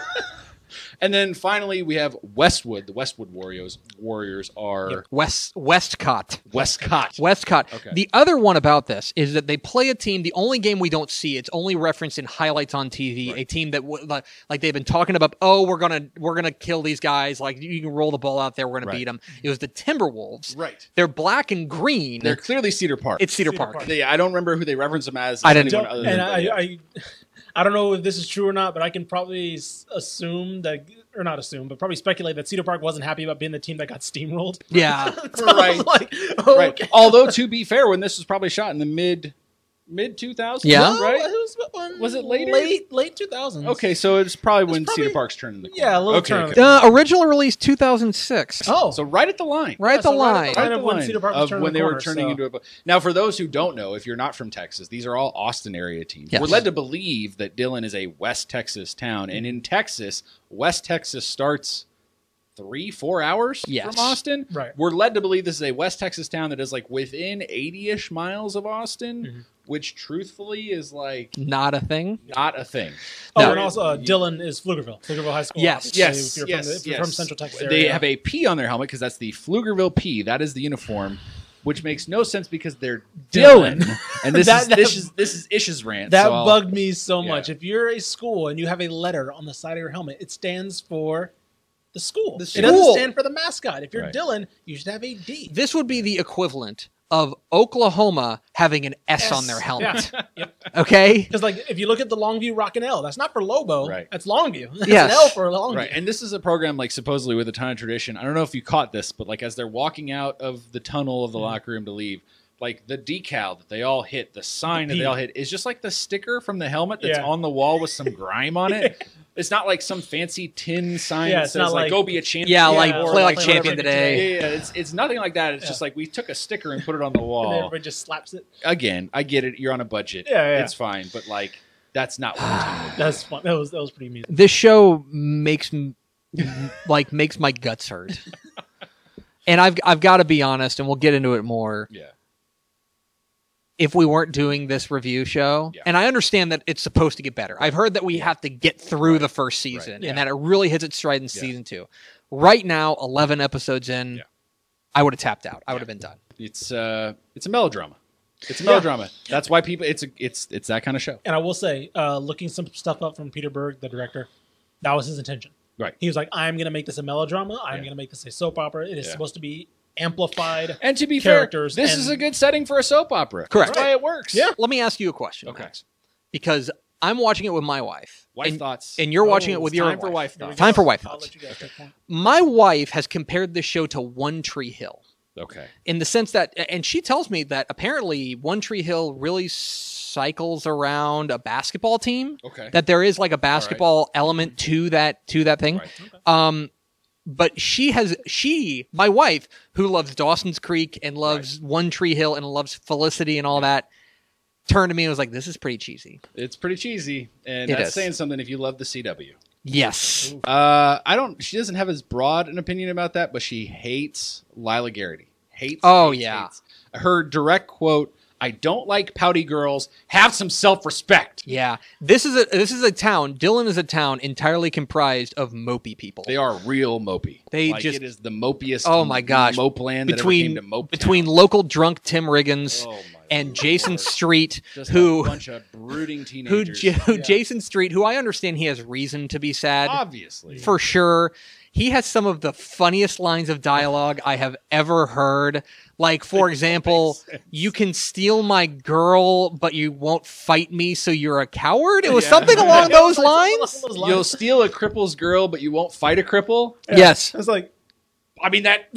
And then finally, we have Westwood. The Westwood Warriors Warriors are Yep. West Westcott. Westcott. Westcott. Okay. The other one about this is that they play a team. The only game we don't see, it's only referenced in highlights on TV. A team that w- like, like they've been talking about. Oh, we're gonna we're gonna kill these guys. Like you can roll the ball out there. We're gonna Right. beat them. It was the Timberwolves. Right. They're black and green. They're clearly Cedar Park. it's Cedar, Cedar Park. Park. They- I don't remember who they reference them as. I didn't- anyone Don't- other than and I, yeah. I, I don't know if this is true or not, but I can probably s- assume that, or not assume, but probably speculate that Cedar Park wasn't happy about being the team that got steamrolled. [laughs] Yeah. So I was [laughs] [laughs] [laughs] Right. like, oh, right. Although to be fair, when this was probably shot in the mid mid two thousands, Yeah. no, Oh, right. it was, when- Was it later? Late late 2000s. Okay, so it's probably when probably- Cedar Park's turning the corner. Yeah, a little okay, turn of okay. the Uh, original release 2006. Oh, So right at the line. right yeah, at so right at the the line. line. Right of at the when line Cedar Park was of turning when the they were corner, turning so- into a. Now, for those who don't know, if you're not from Texas, these are all Austin area teams. Yes. We're led to believe that Dillon is a West Texas town, and in Texas, West Texas starts three, four hours Yes. from Austin. Right. We're led to believe this is a West Texas town that is like within 80-ish miles of Austin, Mm-hmm. which truthfully is like Not a thing. not a thing. oh, No. and also uh, Dylan is Pflugerville, Pflugerville High School. Yes, obviously, Yes, If you're, yes, from, the, if you're yes. from Central Texas They area, have a P on their helmet because that's the Pflugerville P. That is the uniform, which makes no sense because they're Dylan. Dylan. [laughs] and this That- is that- this is this is Ish's rant. That so I'll- bugged me so Yeah. much. If you're a school and you have a letter on the side of your helmet, it stands for the school. The It school. doesn't stand for the mascot. If you're Right. Dylan, you should have a D. This would be the equivalent of Oklahoma having an S, on their S. helmet. [laughs] [laughs] Okay. Because like if you look at the Longview Rockin' L, that's not for Lobo. Right. That's Longview. [laughs] That's Yes. an L for Longview. Right, and this is a program like supposedly with a ton of tradition. I don't know if you caught this, but like as they're walking out of the tunnel Mm-hmm. of the locker room to leave, like the decal that they all hit, the sign The that they P. all hit is just like the sticker from the helmet that's Yeah. on the wall with some grime on it. [laughs] It's not like some fancy tin sign Yeah, that it's says not like, like- "Go be a champion." Yeah, like Yeah, play like like play champion whatever Yeah, today. yeah, yeah. It's, it's nothing like that. It's Yeah. just like we took a sticker and put it [laughs] on the And wall. everybody just slaps it. Again, I get it. You're on a budget. Yeah, yeah. It's fine, but like that's not what we're Ah. talking about. That's fun. That was that was pretty amazing. This show makes m- like makes my guts hurt. And I've I've got to be honest, and we'll get into it more. Yeah. If we weren't doing this review show, Yeah. and I understand that it's supposed to get better, I've heard that we have to get through the first season, Yeah. and that it really hits its stride in Yeah. season two. Right now, eleven episodes in, Yeah. I would have tapped out. I would have been done. It's uh, it's a melodrama. It's a melodrama. That's why people. It's a, it's it's that kind of show. And I will say, uh, looking some stuff up from Peter Berg, the director, that was his intention. Right. He was like, I'm going to make this a melodrama. I'm Yeah. going to make this a soap opera. It is Yeah. supposed to be amplified. [laughs] And to be Characters fair, this and- is a good setting for a soap opera. Correct. That's why it works. Yeah. Let me ask you a question, Okay. Max, because I'm watching it with my wife. Wife and, thoughts. Oh, and you're watching it it's with your time for wife. wife Here we thoughts. go. Time for wife I'll thoughts. let you guys take one. My wife has compared this show to One Tree Hill Okay. in the sense that, and she tells me that apparently One Tree Hill really cycles around a basketball team. Okay. That there is like a basketball element to that to that thing. Right. Um, but she has she my wife who loves Dawson's Creek and loves One Tree Hill and loves Felicity and all that turned to me and was like, "This is pretty cheesy." It's pretty cheesy, and It that's is. saying something if you love the CW. Yes. Uh, I don't. She doesn't have as broad an opinion about that, but she hates Lila Garrity. Hates. Oh, hates, yeah. hates. Her direct quote. I don't like pouty girls. Have some self respect. Yeah, this is a this is a town. Dillon is a town entirely comprised of mopey people. They are real mopey. They Like, just- it is the mopiest. Oh my gosh! mope land between that ever came to mope between local drunk Tim Riggins Oh my and Lord. Jason Street, just who a bunch of [laughs] brooding who, teenagers. J- who Jason Street, who I understand he has reason to be sad obviously for sure. He has some of the funniest lines of dialogue I have ever heard. [laughs] Like, for example, you can steal my girl, but you won't fight me, so you're a coward. It was something [laughs] [laughs] along those lines. Those You'll lines. steal a cripple's girl, but you won't fight a cripple. Yes. It's like I mean that.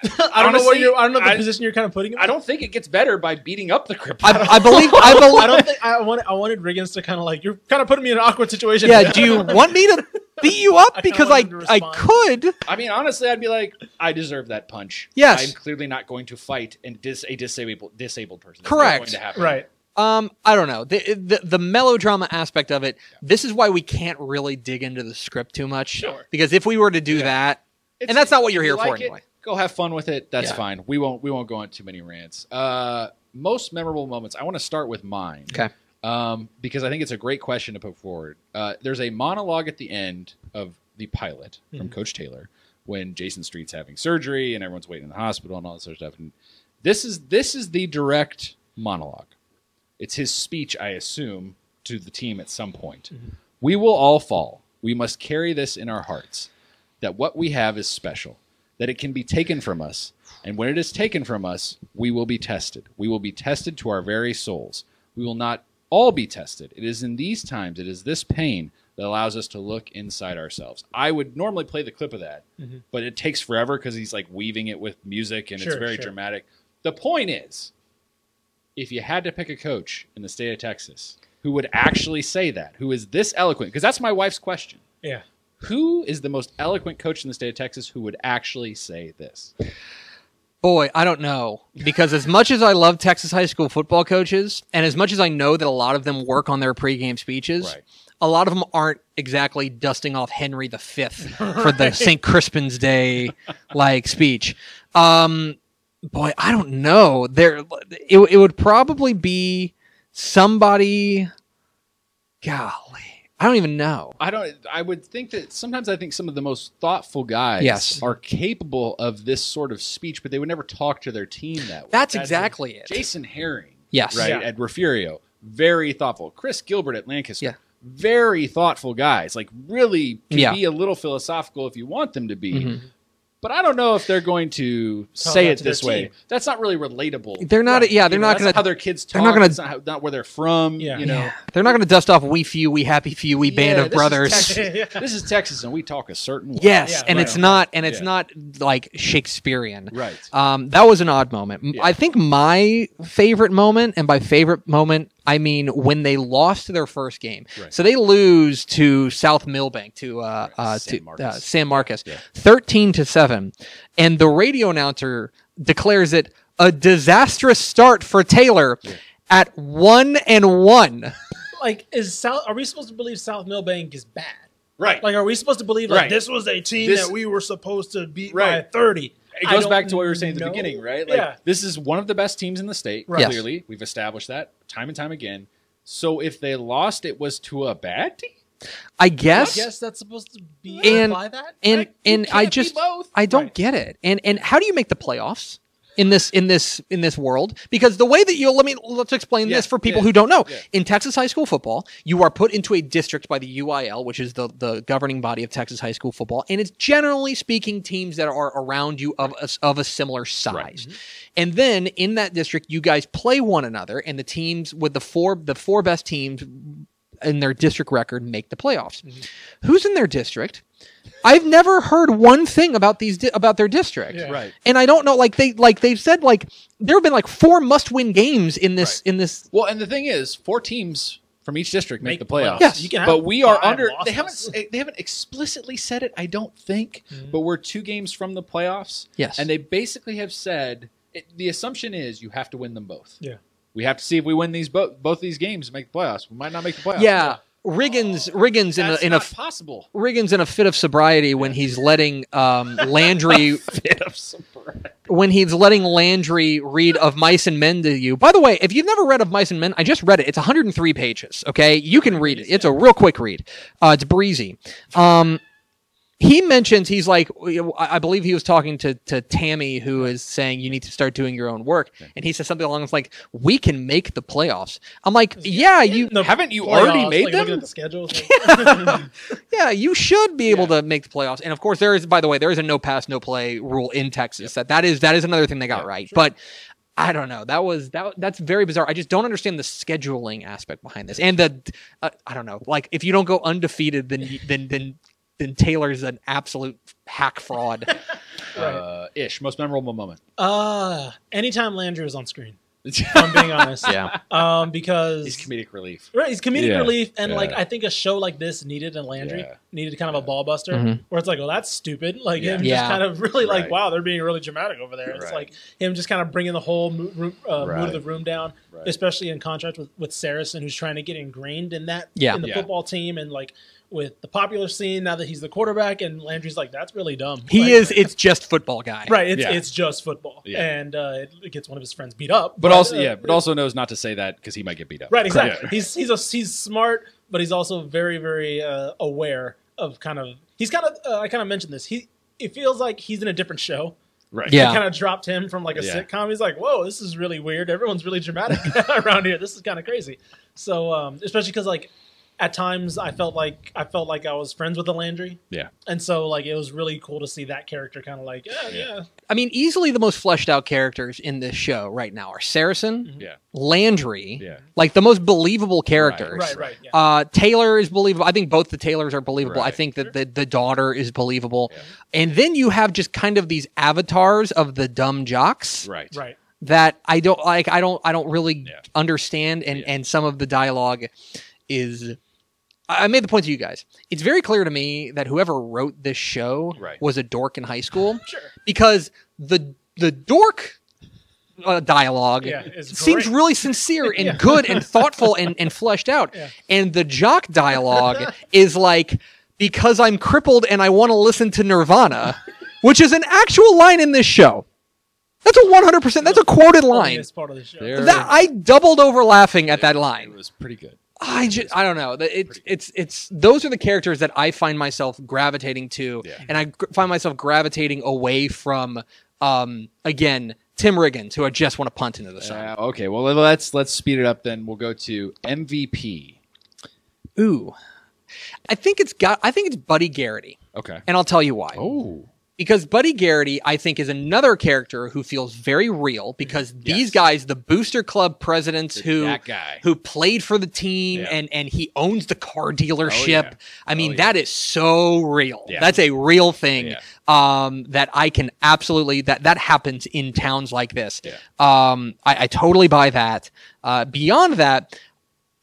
I don't know where Honestly, you. I don't know the I- position you're kind of putting. Him I in. don't think it gets better by beating up the cripple. I, I believe. I [laughs] I believe. don't think I wanted. I wanted Riggins to kind of like you're kind of putting me in an awkward situation. [laughs] Yeah. Do you want me to beat you I up? kinda Because I, wanted him to I respond. could. I mean, honestly, I'd be like, I deserve that punch. Yes. I'm clearly not going to fight and dis- a disabled disabled person. It's Correct. Not going to happen. right? Um, I don't know the, the the melodrama aspect of it. This is why we can't really dig into the script too much. Sure. Because if we were to do that, It's- and that's not what you're you here for like it, anyway. Go have fun with it. That's Yeah. fine. We won't we won't go on too many rants. Uh, most memorable moments. I want to start with mine. Okay. Um, because I think it's a great question to put forward. Uh, there's a monologue at the end of the pilot from Coach Taylor when Jason Street's having surgery and everyone's waiting in the hospital and all this sort of stuff. And this is this is the direct monologue. It's his speech, I assume, to the team at some point. Mm-hmm. We will all fall. We must carry this in our hearts that what we have is special, that it can be taken from us. And when it is taken from us, we will be tested. We will be tested to our very souls. We will not all be tested. It is in these times, it is this pain that allows us to look inside ourselves. I would normally play the clip of that, but it takes forever because he's like weaving it with music and it's Mm-hmm. Sure, very sure. dramatic. The point is, if you had to pick a coach in the state of Texas who would actually say that, who is this eloquent, because that's my wife's question Yeah. who is the most eloquent coach in the state of Texas who would actually say this? Boy, I don't know because as much as I love Texas high school football coaches, and as much as I know that a lot of them work on their pregame speeches, Right. a lot of them aren't exactly dusting off Henry V [laughs] for the St. Crispin's Day like speech. Um, boy, I don't know. There, it, it would probably be somebody. Golly, I don't even know. I don't. I would think that sometimes I think some of the most thoughtful guys Yes. are capable of this sort of speech, but they would never talk to their team that way. That's exactly it. Jason Herring, Yes. right Yeah. at Refurio, very thoughtful. Chris Gilbert at Lancaster, Yeah. very thoughtful guys. Like really, can Yeah. be a little philosophical if you want them to be. Mhm. But I don't know if they're going to Tell say that it to their this way. team. That's not really relatable. They're not. Yeah, they're You know, not that's going how to. their kids talk. they're not gonna- It's not, how- not where they're from. Yeah. You know, yeah, they're not going to dust off "We Few, We Happy Few, We Band Yeah, of this is Brothers." Texas. Yeah. This is Texas, and we talk a certain way. Yes, Yeah, and right. it's not, and it's Yeah. not like Shakespearean. Right. Um, that was an odd moment. M- Yeah. I think my favorite moment, and by favorite moment, I mean when they lost their first game. Right. So they lose to South Millbank to uh, uh, San to uh, Marcos. San Marcos, Yeah. thirteen to seven, and the radio announcer declares it a disastrous start for Taylor at one and one. Like, is South? Are we supposed to believe South Millbank is bad? Right. Like, are we supposed to believe like Right. this was a team This- that we were supposed to beat by Right. thirty? it I goes don't back to what we were saying at the know. beginning, right? Like yeah. this is one of the best teams in the state. Right. Yes. Clearly, we've established that time and time again. So if they lost, it was to a bad team. I I guess. guess that's supposed to be And- by that. and Like, you and I can't be just both. I don't Right. get it. And and how do you make the playoffs in this in this in this world? Because the way that you let me let's explain Yeah, this for people yeah, who don't know. yeah. In Texas high school football, you are put into a district by the UIL, which is the the governing body of Texas high school football, and it's generally speaking teams that are around you of a, of a similar size. Mm-hmm. And then in that district, you guys play one another, and the teams with the four the four best teams in their district record make the playoffs. Who's in their district? I've never heard one thing about these di- about their district. Yeah. Right. And I don't know like they like they've said like there have been like four must-win games in this in this Well, and the thing is, four teams from each district make, the playoffs. Yes. you can. Have but we are five under. They losses. haven't. eh, They haven't explicitly said it. I don't think. Mm-hmm. But we're two games from the playoffs. Yes. And they basically have said it, the assumption is you have to win them both. Yeah. We have to see if we win these both both these games to make the playoffs. We might not make the playoffs. Yeah. Riggins Riggins in That's a in a not possible. [laughs] Riggins in a fit of sobriety when he's letting um, Landry Bit of surprise. when he's letting Landry read Of Mice and Men to you. By the way, if you've never read Of Mice and Men, I just read it. It's 103 pages, okay? You can read it. It's a real quick read. Uh, it's breezy. Um, he mentions he's like I I believe he was talking to to Tammy who is saying you need to start doing your own work and he says something along the like we can make the playoffs. I'm like yeah you The Haven't you already playoffs, made like, them? looking at the schedule, it's [laughs] like- yeah you should be able to make the playoffs and of course there is by the way there is a no pass no play rule in Texas that that is that is another thing they got right but I don't know that was that that's very bizarre I just don't understand the scheduling aspect behind this and the uh, I don't know like if you don't go undefeated then you- then then then Taylor's an absolute hack fraud. Uh, ish, most memorable [laughs] moment. Uh, anytime Landry was on screen, if I'm being honest. [laughs] Yeah. Um, because He's comedic relief. Right, he's comedic Yeah, relief, and yeah. like I think a show like this needed in Landry Yeah, needed kind of a ball buster, Mhm. where it's like, well, that's stupid. Like Yeah. him Yeah. just kind of really like, Right. wow, they're being really dramatic over there. It's Right. like him just kind of bringing the whole mo- room, uh, mood Right. of the room down, Right. especially in contrast with with Saracen, who's trying to get ingrained in that Yeah. in the Yeah. football team and like with the popular scene now that he's the quarterback, and Landry's like, that's really dumb. He Like, is. It's just football guy. Right, it's Yeah. it's just football, Yeah. and uh, it- it gets one of his friends beat up. But also, uh, yeah, but also knows not to say that because he might get beat up. Right, exactly. He's he's a, he's smart, but he's also very very uh, aware of kind of he's kind of uh, I kind of mentioned this. He it feels like he's in a different show. Right. Yeah. They kind of dropped him from like a Yeah. sitcom. He's like, whoa, this is really weird. Everyone's really dramatic [laughs] around here. This is kind of crazy. So um, especially because like at times I felt like I felt like I was friends with the Landry. Yeah. And so like it was really cool to see that character kind of like yeah yeah. Yeah. I mean, easily the most fleshed out characters in this show right now are Saracen, Yeah. Landry, Yeah. like the most believable characters. Right, right. Yeah. Uh, Taylor is believable. I think both the Taylors are believable. I Right. think that the, the daughter is believable. Yeah. And then you have just kind of these avatars of the dumb jocks Right. right. that I don't like. I don't. I don't really Yeah. understand. And Yeah. and some of the dialogue is. I I made the point to you guys. It's very clear to me that whoever wrote this show Right. was a dork in high school Sure. because the the dork uh, dialogue Yeah, it's seems great. really sincere [laughs] and Yeah. good and thoughtful and, and fleshed out. Yeah. And the jock [laughs] dialogue is like, because I'm crippled and I want to listen to Nirvana, which is an actual line in this show. That's a 100%, that's a quoted line. Funniest part of the show. There- That I doubled over laughing at that line. It was pretty good. I just I don't know. The- It's it's it's those are the characters that I find myself gravitating to, Yeah. and I gr- find myself gravitating away from. Um, again, Tim Riggins, who I just want to punt into the sun. Uh, okay, well let's let's speed it up then. We'll go to MVP. Ooh, I think it's got. I think it's Buddy Garrity, Okay. and I'll tell you why. Oh. Because Buddy Garrity, I think, is another character who feels very real. Because these Mm-hmm. Yes. guys, the Booster Club presidents, who that guy. who played for the team Yeah. and and he owns the car dealership. yeah. I mean, Oh, yeah. that is so real. Yeah. That's a real thing Yeah. um, that I can absolutely that that happens in towns like this. Yeah. Um, I, I totally buy that. Uh, beyond that.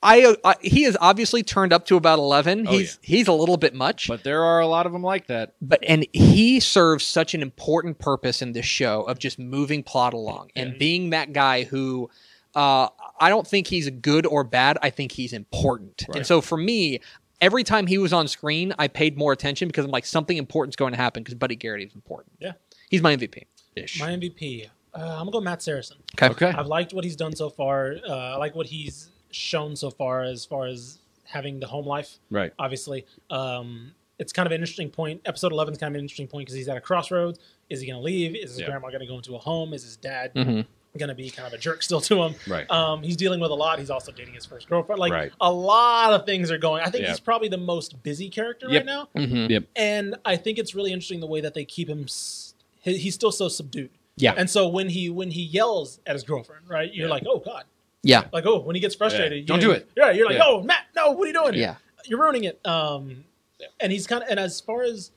I, I he is obviously turned up to about eleven. Oh, he's he's a little bit much, But there are a lot of them like that. but and he serves such an important purpose in this show of just moving plot along and being that guy who uh, I don't think he's good or bad. I think he's important. And so for me, every time he was on screen, I paid more attention because I'm like something important's going to happen because Buddy Garrity is important. Yeah. he's my MVP. Ish. My MVP. Uh, I'm gonna go Matt Saracen. okay. I've liked what he's done so far. Uh, I like what he's shown so far as far as having the home life. Right. Obviously, um, it's kind of an interesting point. Episode 11 is kind of an interesting point because he's at a crossroads. Is he going to leave? Is his Yeah. Mm-hmm. grandma going to go into a home? Is his dad Mhm. going to be kind of a jerk still to him? Right. Um, he's dealing with a lot. He's also dating his first girlfriend. Like Right. a lot of things are going. I think Yeah. he's probably the most busy character right Yep. now Mhm. and I think it's really interesting the way that they keep him. s- He, he's still so subdued. Yeah. And so when he when he yells at his girlfriend, right? You're Yeah. like, oh god. Yeah. Like oh, when he gets frustrated, you Don't know, do you- it. Yeah. You're like, Yeah. oh Matt, no, what are you doing? Yeah. You're ruining it. Um, and he's kind of and as far as.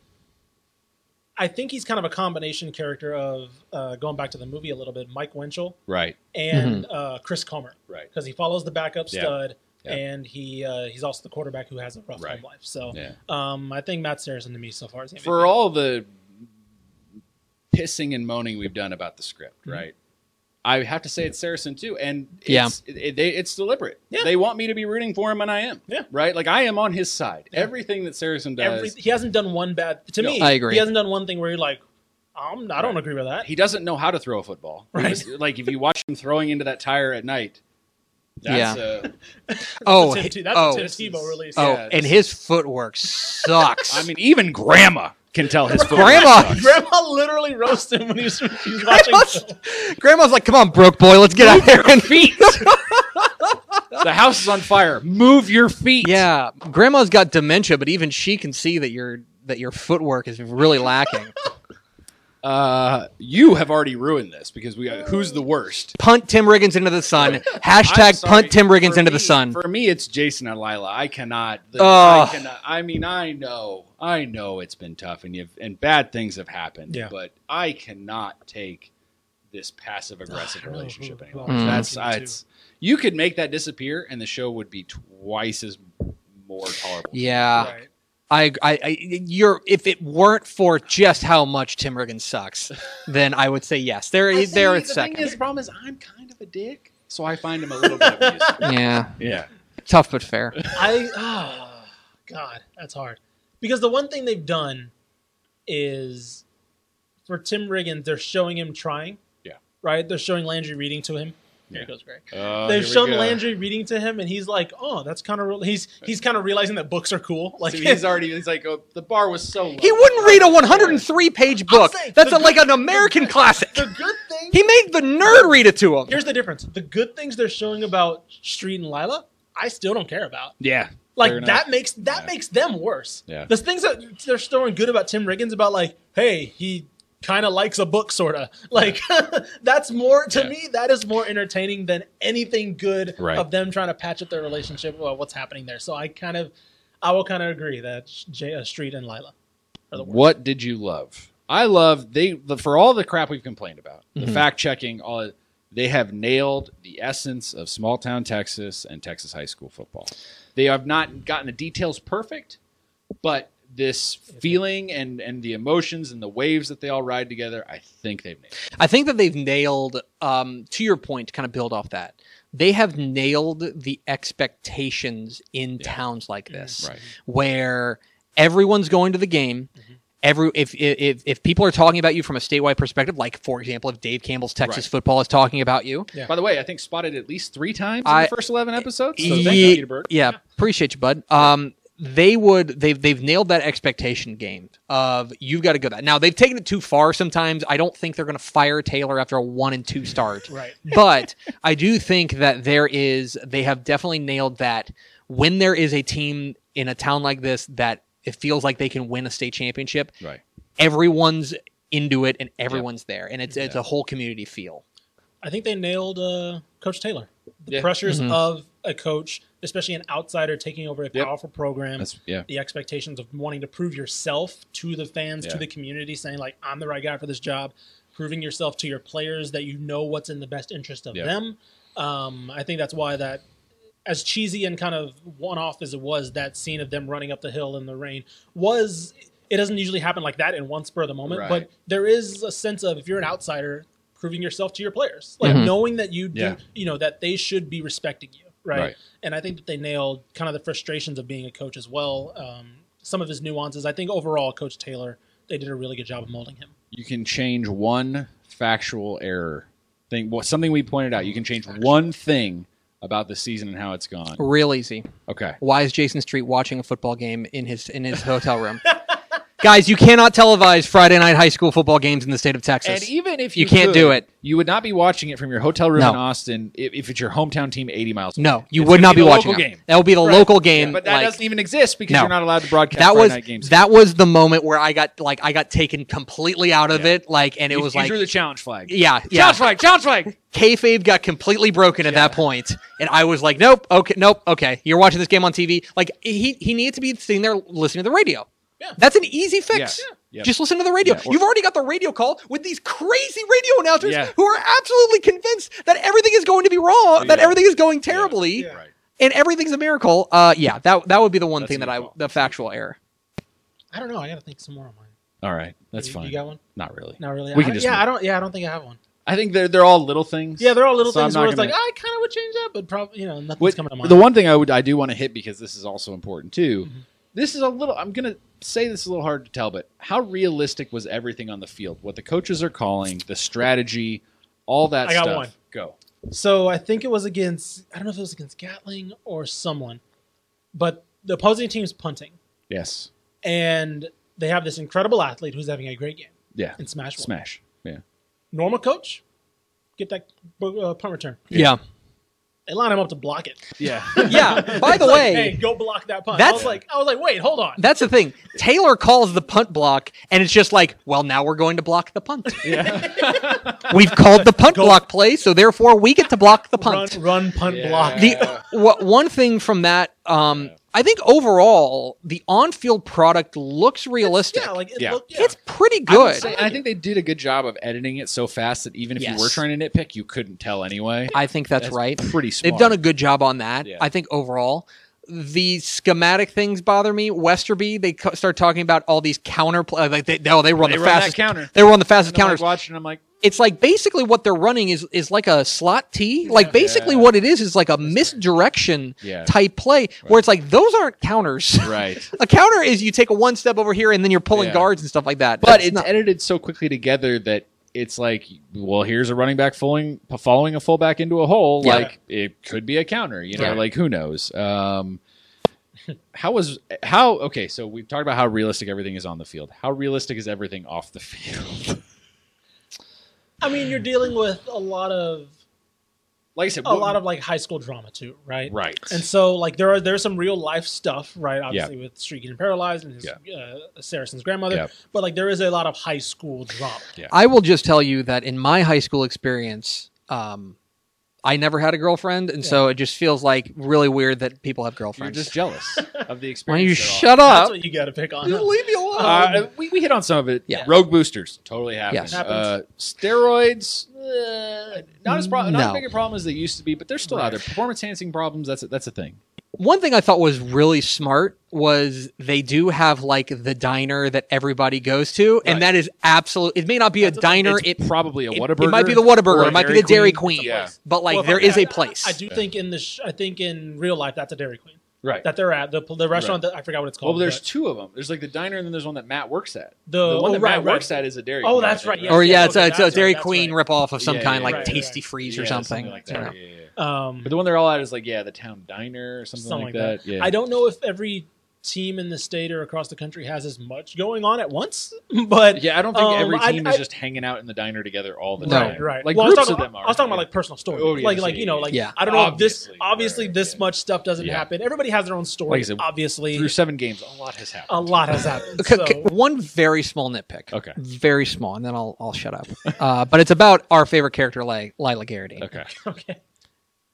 I think he's kind of a combination character of uh, going back to the movie a little bit, Mike Winchell Right. and uh, Chris Comer, Mm-hmm. Right. because he follows the backup Yeah. stud, Yeah. and he uh, he's also the quarterback who has a rough Right. home life. So Yeah. um, I think Matt Saracen to me so far is MVP. For all the pissing and moaning we've done about the script, Mm-hmm. right? I have to say it's Saracen too, and Yeah. it's, it, it- they, it's deliberate. Yeah. They want me to be rooting for him, and I am. Yeah. Right. Like I am on his side. Everything that Saracen does. Every, he hasn't done one bad to No, me. I agree. He hasn't done one thing where you're like, I'm, I don't Right. agree with that. He doesn't know how to throw a football. He Right. was- like if you watch him throwing into that tire at night, that's uh, Oh, That's a he- Tim- that's oh, a Tim Tebow release. oh, Yeah, and this his footwork sucks. I mean, even grandma can tell his football grandma, [laughs] Grandma literally roasted him when he was, he [laughs] was watching. grandma's, [laughs] grandma's like, "Come on, broke boy, let's get out there and feet." sucks. The house is on fire. Move your feet. yeah, grandma's got dementia, but even she can see that your that your footwork is really [laughs] lacking. Uh, you have already ruined this because we got who's the worst. punt Tim Riggins into the sun. I'm Hashtag sorry, punt Tim Riggins for into me- the sun. For me, it's Jason and Lila. I cannot. the- Ugh. I cannot. I mean, I know, I know it's been tough, and you've and bad things have happened. Yeah. But I cannot take this [sighs] passive aggressive know who- relationship who anymore. Oh, Hmm. I'm That's talking to. it's. You could make that disappear, and the show would be twice as more tolerable. yeah, Right. I, I, I, you're. If it weren't for just how much Tim Riggins [laughs] sucks, then I would say yes. There, I is- there see, it's the second. thing is, the problem is, I'm kind of a dick, so I find him a little bit [laughs] abusive. yeah, Yeah. tough but [laughs] fair. I ah God, that's hard. Because the one thing they've done is for Tim Riggins, they're showing him trying. Yeah. Right? They're showing Landry reading to him. There Yeah. goes Greg. Oh, here They've we shown go. Landry reading to him, and he's like, "Oh, that's kind of real." He's he's kind of realizing that books are cool. Like So [laughs] he's already. He's like, oh, the bar was so. Low. He wouldn't read a 103 page book. saying, That's the a, like good- an American classic. the good thing. He made the nerd read it to him. Here's the difference: the good things they're showing about Street and Lila, I still don't care about. Yeah. Fair Like enough. that makes that Yeah. makes them worse. Yeah. The things that they're showing good about Tim Riggins about like, hey, he kind of likes a book, sorta. [laughs] Like that's more to Yeah. me. That is more entertaining than anything good Right. of them trying to patch up their relationship. Well, what's happening there? So I kind of, I will kind of agree that J, uh, Street and Lila are the worst. What did you love? I love they the, for all the crap we've complained about, the fact checking, all they have nailed the essence of small town Texas and Texas high school football. They have not gotten the details perfect, but this feeling and and the emotions and the waves that they all ride together, I think they've nailed. it. I think that they've nailed, um, to your point, to kind of build off that, they have nailed the expectations in towns like this, Mm-hmm. Right. Mm-hmm. where everyone's going to the game. Every if, if if people are talking about you from a statewide perspective, like for example, if Dave Campbell's Texas Right. football is talking about you, Yeah. By the way, I think spotted at least three times in I- e the first eleven episodes. So thank Ye- you, Peter Berg. Yeah, appreciate you, bud. Um, they would they've they've nailed that expectation game of you've got to go that. Now they've taken it too far sometimes. I don't think they're going to fire Taylor after a one and two start, Right. [laughs] but I do think that there is they have definitely nailed that when there is a team in a town like this that it feels like they can win a state championship. Right. Everyone's into it and everyone's there, and it's it's a whole community feel. I think they nailed uh, Coach Taylor. The Yeah. pressures Mhm. of a coach, especially an outsider taking over a Yep. powerful program. That's yeah. the expectations of wanting to prove yourself to the fans, Yeah. to the community, saying like I'm the right guy for this job, proving yourself to your players that you know what's in the best interest of Yeah. them. Um, I think that's why that, as cheesy and kind of one-off as it was, that scene of them running up the hill in the rain was. It doesn't usually happen like that in one spur of the moment, Right. but there is a sense of if you're an outsider, proving yourself to your players, like Mhm. knowing that you do, Mm-hmm. Yeah. you know that they should be respecting you, right? Right. And I think that they nailed kind of the frustrations of being a coach as well. Um, some of his nuances. I think overall, Coach Taylor, they did a really good job of molding him. you can change one factual error thing what something we pointed out you can change one thing about the season and how it's gone Real easy. okay why is Jason Street watching a football game in his in his hotel room? [laughs] Guys, you cannot televise Friday night high school football games in the state of Texas. and even if you you, can't could, do it. you would not be watching it from your hotel room No. in austin if, if it's your hometown team 80 miles away. no, you It's would gonna not be, the watching local that. game That would be the local game. Yeah, but that like, doesn't even exist because No. you're not allowed to broadcast that Friday was night games that was the moment where I got like I got taken completely out of Yeah. it. Like, and it you, was you like, drew the challenge flag yeah, yeah. challenge flag challenge [laughs] flag Kayfabe got completely broken at that point, and I was like, nope, okay, nope, okay. You're watching this game on TV. Like, he he needed to be sitting there listening to the radio. Yeah. That's an easy fix. Yeah. Yeah. Just listen to the radio. Yeah, or- You've already got the radio call with these crazy radio announcers Yeah. who are absolutely convinced that everything is going to be wrong, that Yeah. everything is going terribly, Yeah. right and everything's a miracle. Uh, yeah, that that would be the one That's thing that a good I call. the factual error. I don't know. I got to think some more on mine. all right that's you, fine You got one? not really Not really. I We can don't- just yeah, move. I don't. Yeah, I don't think I have one. i think they're they're all little things Yeah, they're all little So I'm things not where it's gonna- like I kind of would change that, but probably you know nothing's What- coming to mind. The one thing I would I do want to hit because this is also important too This is a little. I'm gonna say this is a little hard to tell, but how realistic was everything on the field? What the coaches are calling, the strategy, all that I got stuff. one. Go. So I think it was against I don't know if it was against Gatling or someone, but the opposing team's punting, Yes. and they have this incredible athlete who's having a great game Yeah. in Smash. Bros. Smash. Yeah. Normal coach, get that uh, punt return. Yeah. They line him up to block it. Yeah. Yeah. By [laughs] It's the like, way, hey, go block that punt. I that's- was like, I was like, wait, hold on. that's the thing. Taylor calls the punt block, and it's just like, well, now we're going to block the punt. [laughs] We've called the punt block play, so therefore we get to block the run, punt. run, punt, Yeah. block. The [laughs] wha- one thing from that, um, I think overall the on-field product looks realistic. Yeah, like it Yeah. looked. Yeah. it's pretty I would good. say- and I think they did a good job of editing it so fast that even if Yes. you were trying to nitpick, you couldn't tell anyway. I think that's, That's right. pretty They've smart. done a good job on that. Yeah. I think overall, the schematic things bother me. Westerby, they co- start talking about all these counter play. Like they, they- oh, they run They the run that fastest counter. They run the fastest And I'm like counters. watching. I'm like, it's like basically what they're running is is like a slot T. Like basically Yeah. what it is is like a misdirection Yeah. type play where it's like those aren't counters. right. a counter is you take a one step over here and then you're pulling Yeah. guards and stuff like that. But That's it's not- edited so quickly together that it's like, well, here's a running back following following a fullback into a hole. Yeah. Like it could be a counter. You know, Yeah. like who knows? Um, [laughs] how was how okay? So we've talked about how realistic everything is on the field. How realistic is everything off the field? [laughs] I mean, you're dealing with a lot of like I said, a what- lot of like high school drama too, right? right. And so, like, there are there's some real life stuff, right? Obviously, with Street getting paralyzed and his uh, Saracen's grandmother, Yeah. but like, there is a lot of high school drama. I will just tell you that in my high school experience, um, I never had a girlfriend, and so it just feels like really weird that people have You're girlfriends. just jealous of the experience. Why don't you they're on. shut That's up? what you got to pick on. You huh? leave me alone. Uh-huh. Uh, we, we hit on some of it. Yeah. Rogue boosters totally happens. Yes. Uh, steroids, uh, not as pro- not as No. big a problem as they used to be, but they're still out there. Performance enhancing problems. That's a, that's a thing. One thing I thought was really smart was they do have like the diner that everybody goes to, and that is absolute. It may not be a diner. It, It's probably a it- Whataburger. it might be the or Whataburger. a It might be the Dairy Queen. Yeah. But like Well, there if I- is I- a place. I, do think in the sh- I think in real life that's a Dairy Queen Right. that they're at the the restaurant that I forgot what it's well, called. there's but- two of them. There's like the diner, and then there's one that Matt works at. The- one oh, that right, Matt right. works at is a Dairy. Oh, Queen, I that's think, right, or yes, yeah, yes, it's a, okay, it's a that's Dairy right, that's Queen right. ripoff of some Yeah, kind, yeah, like right, Tasty right. Freeze Yeah, or something. like I don't that. know. Yeah, yeah, yeah. um, But the one they're all at is like yeah, the town diner or something, something like that. Yeah. I don't know if every team in the state or across the country has as much going on at once, [laughs] but Yeah, I don't think Um, every I- team I- is just hanging out in the diner together all the No. time. Right, right. Like well, I was groups talking, of them are. I was talking about like personal story, Oh, yes, like like yeah, you know, yeah, like yeah. I don't know if this Obviously, obviously right, this yeah. much stuff doesn't Yeah. happen. Everybody has their own story. Like I said, obviously, through seven games, a lot has happened. a lot has happened. C- So, c- one very small nitpick. Okay. Very small, and then I'll, I'll shut up. [laughs] Uh, but it's about our favorite character, Li- Lila Garrity. Okay. [laughs] okay,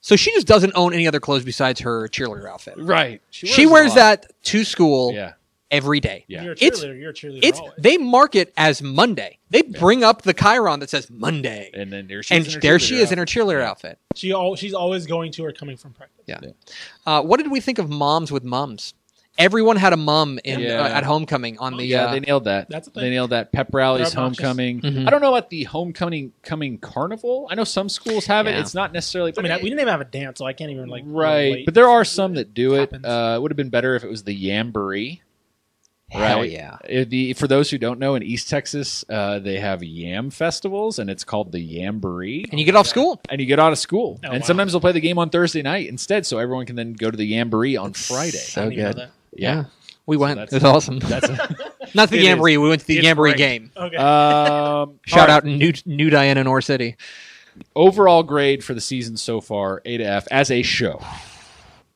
So she just doesn't own any other clothes besides her cheerleader outfit. Right. She wears that to school Yeah. every day. Yeah. you're a cheerleader. It's- you're a cheerleader. It's always. they mark it as Monday. They bring up the Chiron that says Monday, And then there she and is. in her there she cheerleader is in her cheerleader Yeah. outfit. she all she's always going to or coming from practice. Yeah. Uh, what did we think of moms with mums? Everyone had a mum in Yeah. uh, at homecoming on the. Yeah, uh, they nailed that. That's a thing. they nailed that. Pep rallies, They're obnoxious. Mm-hmm. homecoming. Mhm. I don't know about the homecoming coming carnival. I know some schools have Yeah. it. It's not necessarily. I mean, I- we didn't even have a dance, so I can't even like right, relate. but there are some that do it. Happens. Uh, it would have been better if it was the yamboree. hell right. yeah. It'd be- for those who don't know, in East Texas, uh, they have yam festivals, and it's called the Yamboree. And you get off school. and you get out of school. Oh, and wow. sometimes they'll play the game on Thursday night instead, so everyone can then go to the Yamboree on Friday. I So didn't even know good. that. yeah. We went. that's- it was awesome. [laughs] That's a, [laughs] Not the it is. Gamboree. We went to the It's Gamboree great. game. Okay, [laughs] um, Shout all right. out New New Diana Nor City. Overall grade for the season so far, A to F, as a show.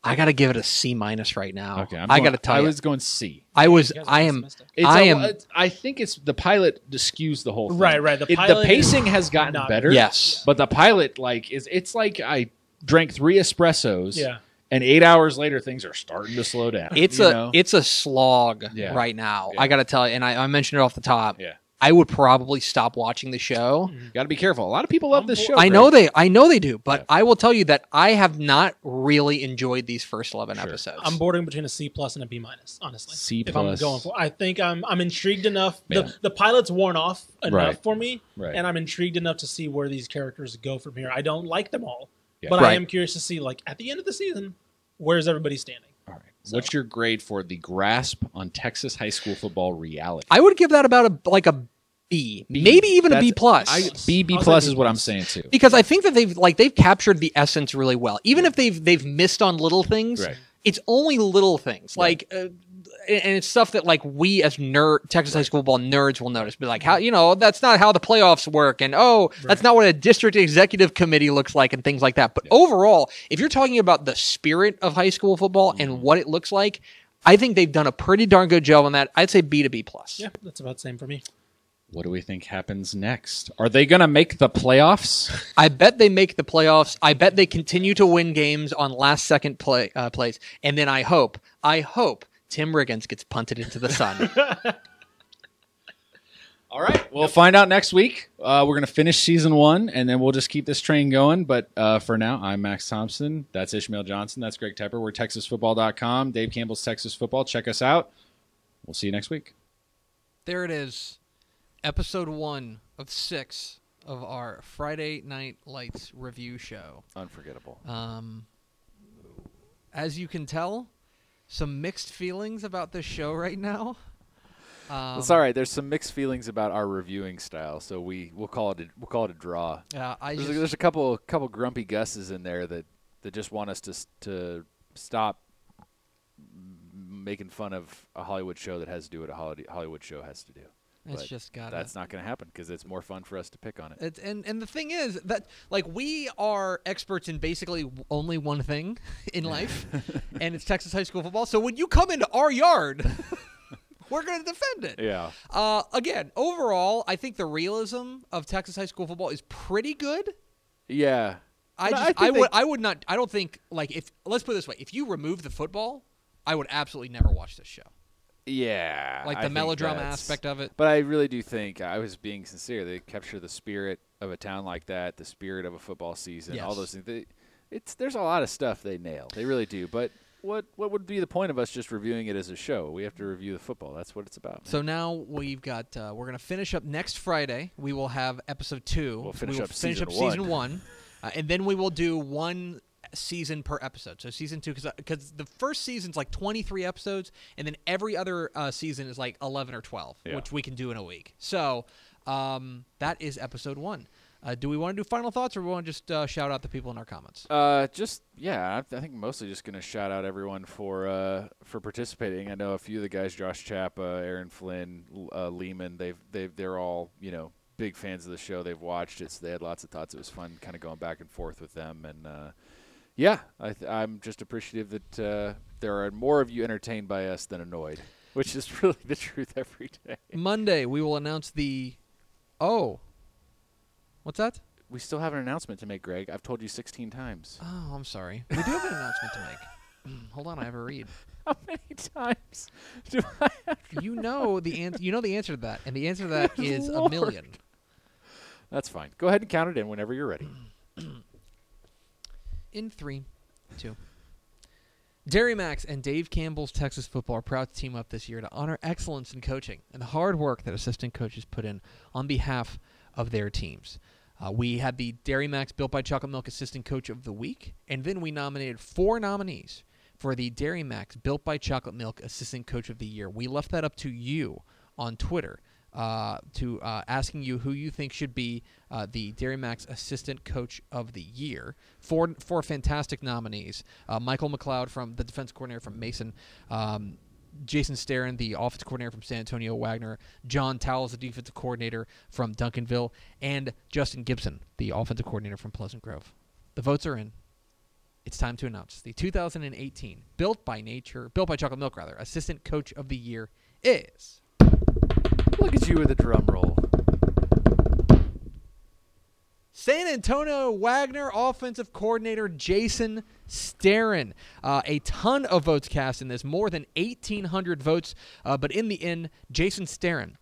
I gotta give it a C minus right now. Okay, I'm I going- gotta tell I you, was going C. I was, You guys are I just am, messed up. It's I a- am. it's- I think it's the pilot skews the whole thing. Right, right. The It- pilot pacing is has gotten not- better. Yes. but the pilot like is it's like I drank three espressos. Yeah. and eight hours later things are starting to slow down. It's you a know? it's a slog Yeah. right now. Yeah. I gotta tell you, and I, I mentioned it off the top. Yeah. I would probably stop watching the show. got to be careful. A lot of people love this show. I Greg. know they, I know they do, but I will tell you that I have not really enjoyed these first eleven Sure. episodes. I'm bordering between a C plus and a B minus, honestly. C If I'm plus. going for, I think I'm I'm intrigued enough. Yeah. The the pilot's worn off enough Right. for me, Right. and I'm intrigued enough to see where these characters go from here. I don't like them all, Yeah. but I Right. am curious to see like at the end of the season, where's everybody standing? All right. So- What's your grade for the grasp on Texas high school football reality? I would give that about a like a B, B. maybe even a That's- B plus. I, B B I'll say plus B is what I'm plus. saying too. because I think that they've like they've captured the essence really well. Even if they've they've missed on little things, Right. it's only little things like, uh, and and it's stuff that like we as nerd Texas high school football nerds will notice. Be like, how you know that's not how the playoffs work, and oh, that's not what a district executive committee looks like, and things like that. But overall, if you're talking about the spirit of high school football Mm-hmm. and what it looks like. I think they've done a pretty darn good job on that. I'd say B to B plus. Yeah, that's about the same for me. What do we think happens next? Are they going to make the playoffs? I bet they make the playoffs. I bet they continue to win games on last second play uh, plays, and then I hope, I hope Tim Riggins gets punted into the sun. All right. We'll find out next week. Uh, we're going to finish season one, and then we'll just keep this train going. But uh, for now, I'm Max Thompson. That's Ishmael Johnson. That's Greg Tepper. We're TexasFootball.com. Dave Campbell's Texas Football. Check us out. We'll see you next week. [laughs] there it is, episode one of six of our Friday Night Lights review show. Unforgettable. Um, as you can tell, some mixed feelings about this show right now. Um, it's all right. There's some mixed feelings about our reviewing style, so we we'll call it a, we'll call it a draw. Uh, I There's, just, a, there's a couple couple grumpy gusses in there that, that just want us to s- to stop m- making fun of a Hollywood show that has to do what a Hollywood Hollywood show has to do. it's but just got That's not going to happen because it's more fun for us to pick on it. It's, and and the thing is that like we are experts in basically w- only one thing [laughs] in [laughs] life, and it's Texas high school football. So when you come into our yard, [laughs] we're going to defend it. Yeah. Uh, again, overall, I think the realism of Texas high school football is pretty good. Yeah. I No, just, think I, they- would I would not I don't think like if let's put it this way if you remove the football, I would absolutely never watch this show. Yeah. Like I the think melodrama that's- aspect of it. But I really do think I was being sincere. They capture the spirit of a town like that, the spirit of a football season, all Yes. those things. They, it's there's a lot of stuff they nail. They really do. But what what would be the point of us just reviewing it as a show? We have to review the football. That's what it's about. So now we've got uh, we're gonna finish up next Friday. We will have episode two. We'll finish we will up finish season up season one. one, uh, and then we will do one season per episode. So season two, because the first season's like twenty three episodes, and then every other uh, season is like eleven or twelve, Yeah. which we can do in a week. So um, that is episode one. Uh, do we want to do final thoughts, or we want to just uh, shout out the people in our comments? Uh, just yeah, I, I think mostly just gonna shout out everyone for uh for participating. I know a few of the guys, Josh Chapa, Aaron Flynn, L- uh, Lehman. They've they've they're all you know big fans of the show. They've watched it, so they had lots of thoughts. It was fun, kind of going back and forth with them. And uh, yeah, I th- I'm just appreciative that uh, there are more of you entertained by us than annoyed, which is [laughs] really the truth every day. Monday we will announce the. Oh, what's that? We still have an announcement to make, Greg. I've told you 16 times. Oh, I'm sorry. We do have an announcement to make. [clears throat] Mm, Hold on, I have a read. How many times do I have You know the an- you know the answer to that, and the answer to that is a million. That's fine. Go ahead and count it in whenever you're ready. In three, two. Dairy Max and Dave Campbell's Texas Football are proud to team up this year to honor excellence in coaching and the hard work that assistant coaches put in on behalf of their teams. Uh, we had the Dairy Max Built by Chocolate Milk Assistant Coach of the Week, and then we nominated four nominees for the Dairy Max Built by Chocolate Milk Assistant Coach of the Year. We left that up to you on Twitter uh, to uh, asking you who you think should be uh, the Dairy Max Assistant Coach of the Year. Four, four fantastic nominees: uh, Michael McLeod from the defense coordinator from Mason. Um, Jason Sterren, the offensive coordinator from San Antonio Wagner, John Towles, the defensive coordinator from Duncanville, and Justin Gibson, the offensive coordinator from Pleasant Grove. The votes are in it's time to announce the 2018 Built by Nature, Built by Chocolate Milk, rather, Assistant Coach of the Year is. Look at you with a drum roll. San Antonio Wagner offensive coordinator Jason Sterren. Uh, a ton of votes cast in this, more than 1,800 votes. Uh, but in the end, Jason Sterren,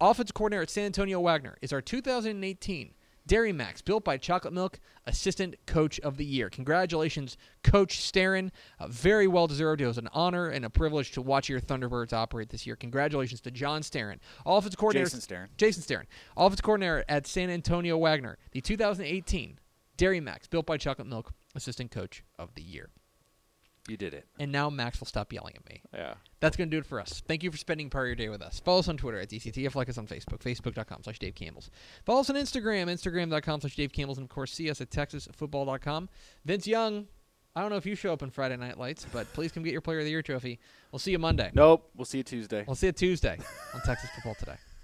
offensive coordinator at San Antonio Wagner, is our 2018 Dairy Max Built by Chocolate Milk Assistant Coach of the Year. Congratulations, Coach Sterren. Uh, very well deserved. It was an honor and a privilege to watch your Thunderbirds operate this year. Congratulations to John Sterren, offensive coordinator. Jason Sterren. Jason Sterren, offensive coordinator at San Antonio Wagner, the 2018 Dairy Max Built by Chocolate Milk Assistant Coach of the Year. You did it. And now Max will stop yelling at me. Yeah. That's going to do it for us. Thank you for spending part of your day with us. Follow us on Twitter at DCTF. Like us on Facebook, facebook.com slash Dave Campbell's. Follow us on Instagram, instagram.com slash Dave Campbell's. And of course, see us at texasfootball.com. Vince Young, I don't know if you show up on Friday Night Lights, but please come get your Player of the Year trophy. We'll see you Monday. Nope. We'll see you Tuesday. We'll see you Tuesday on Texas Football Today.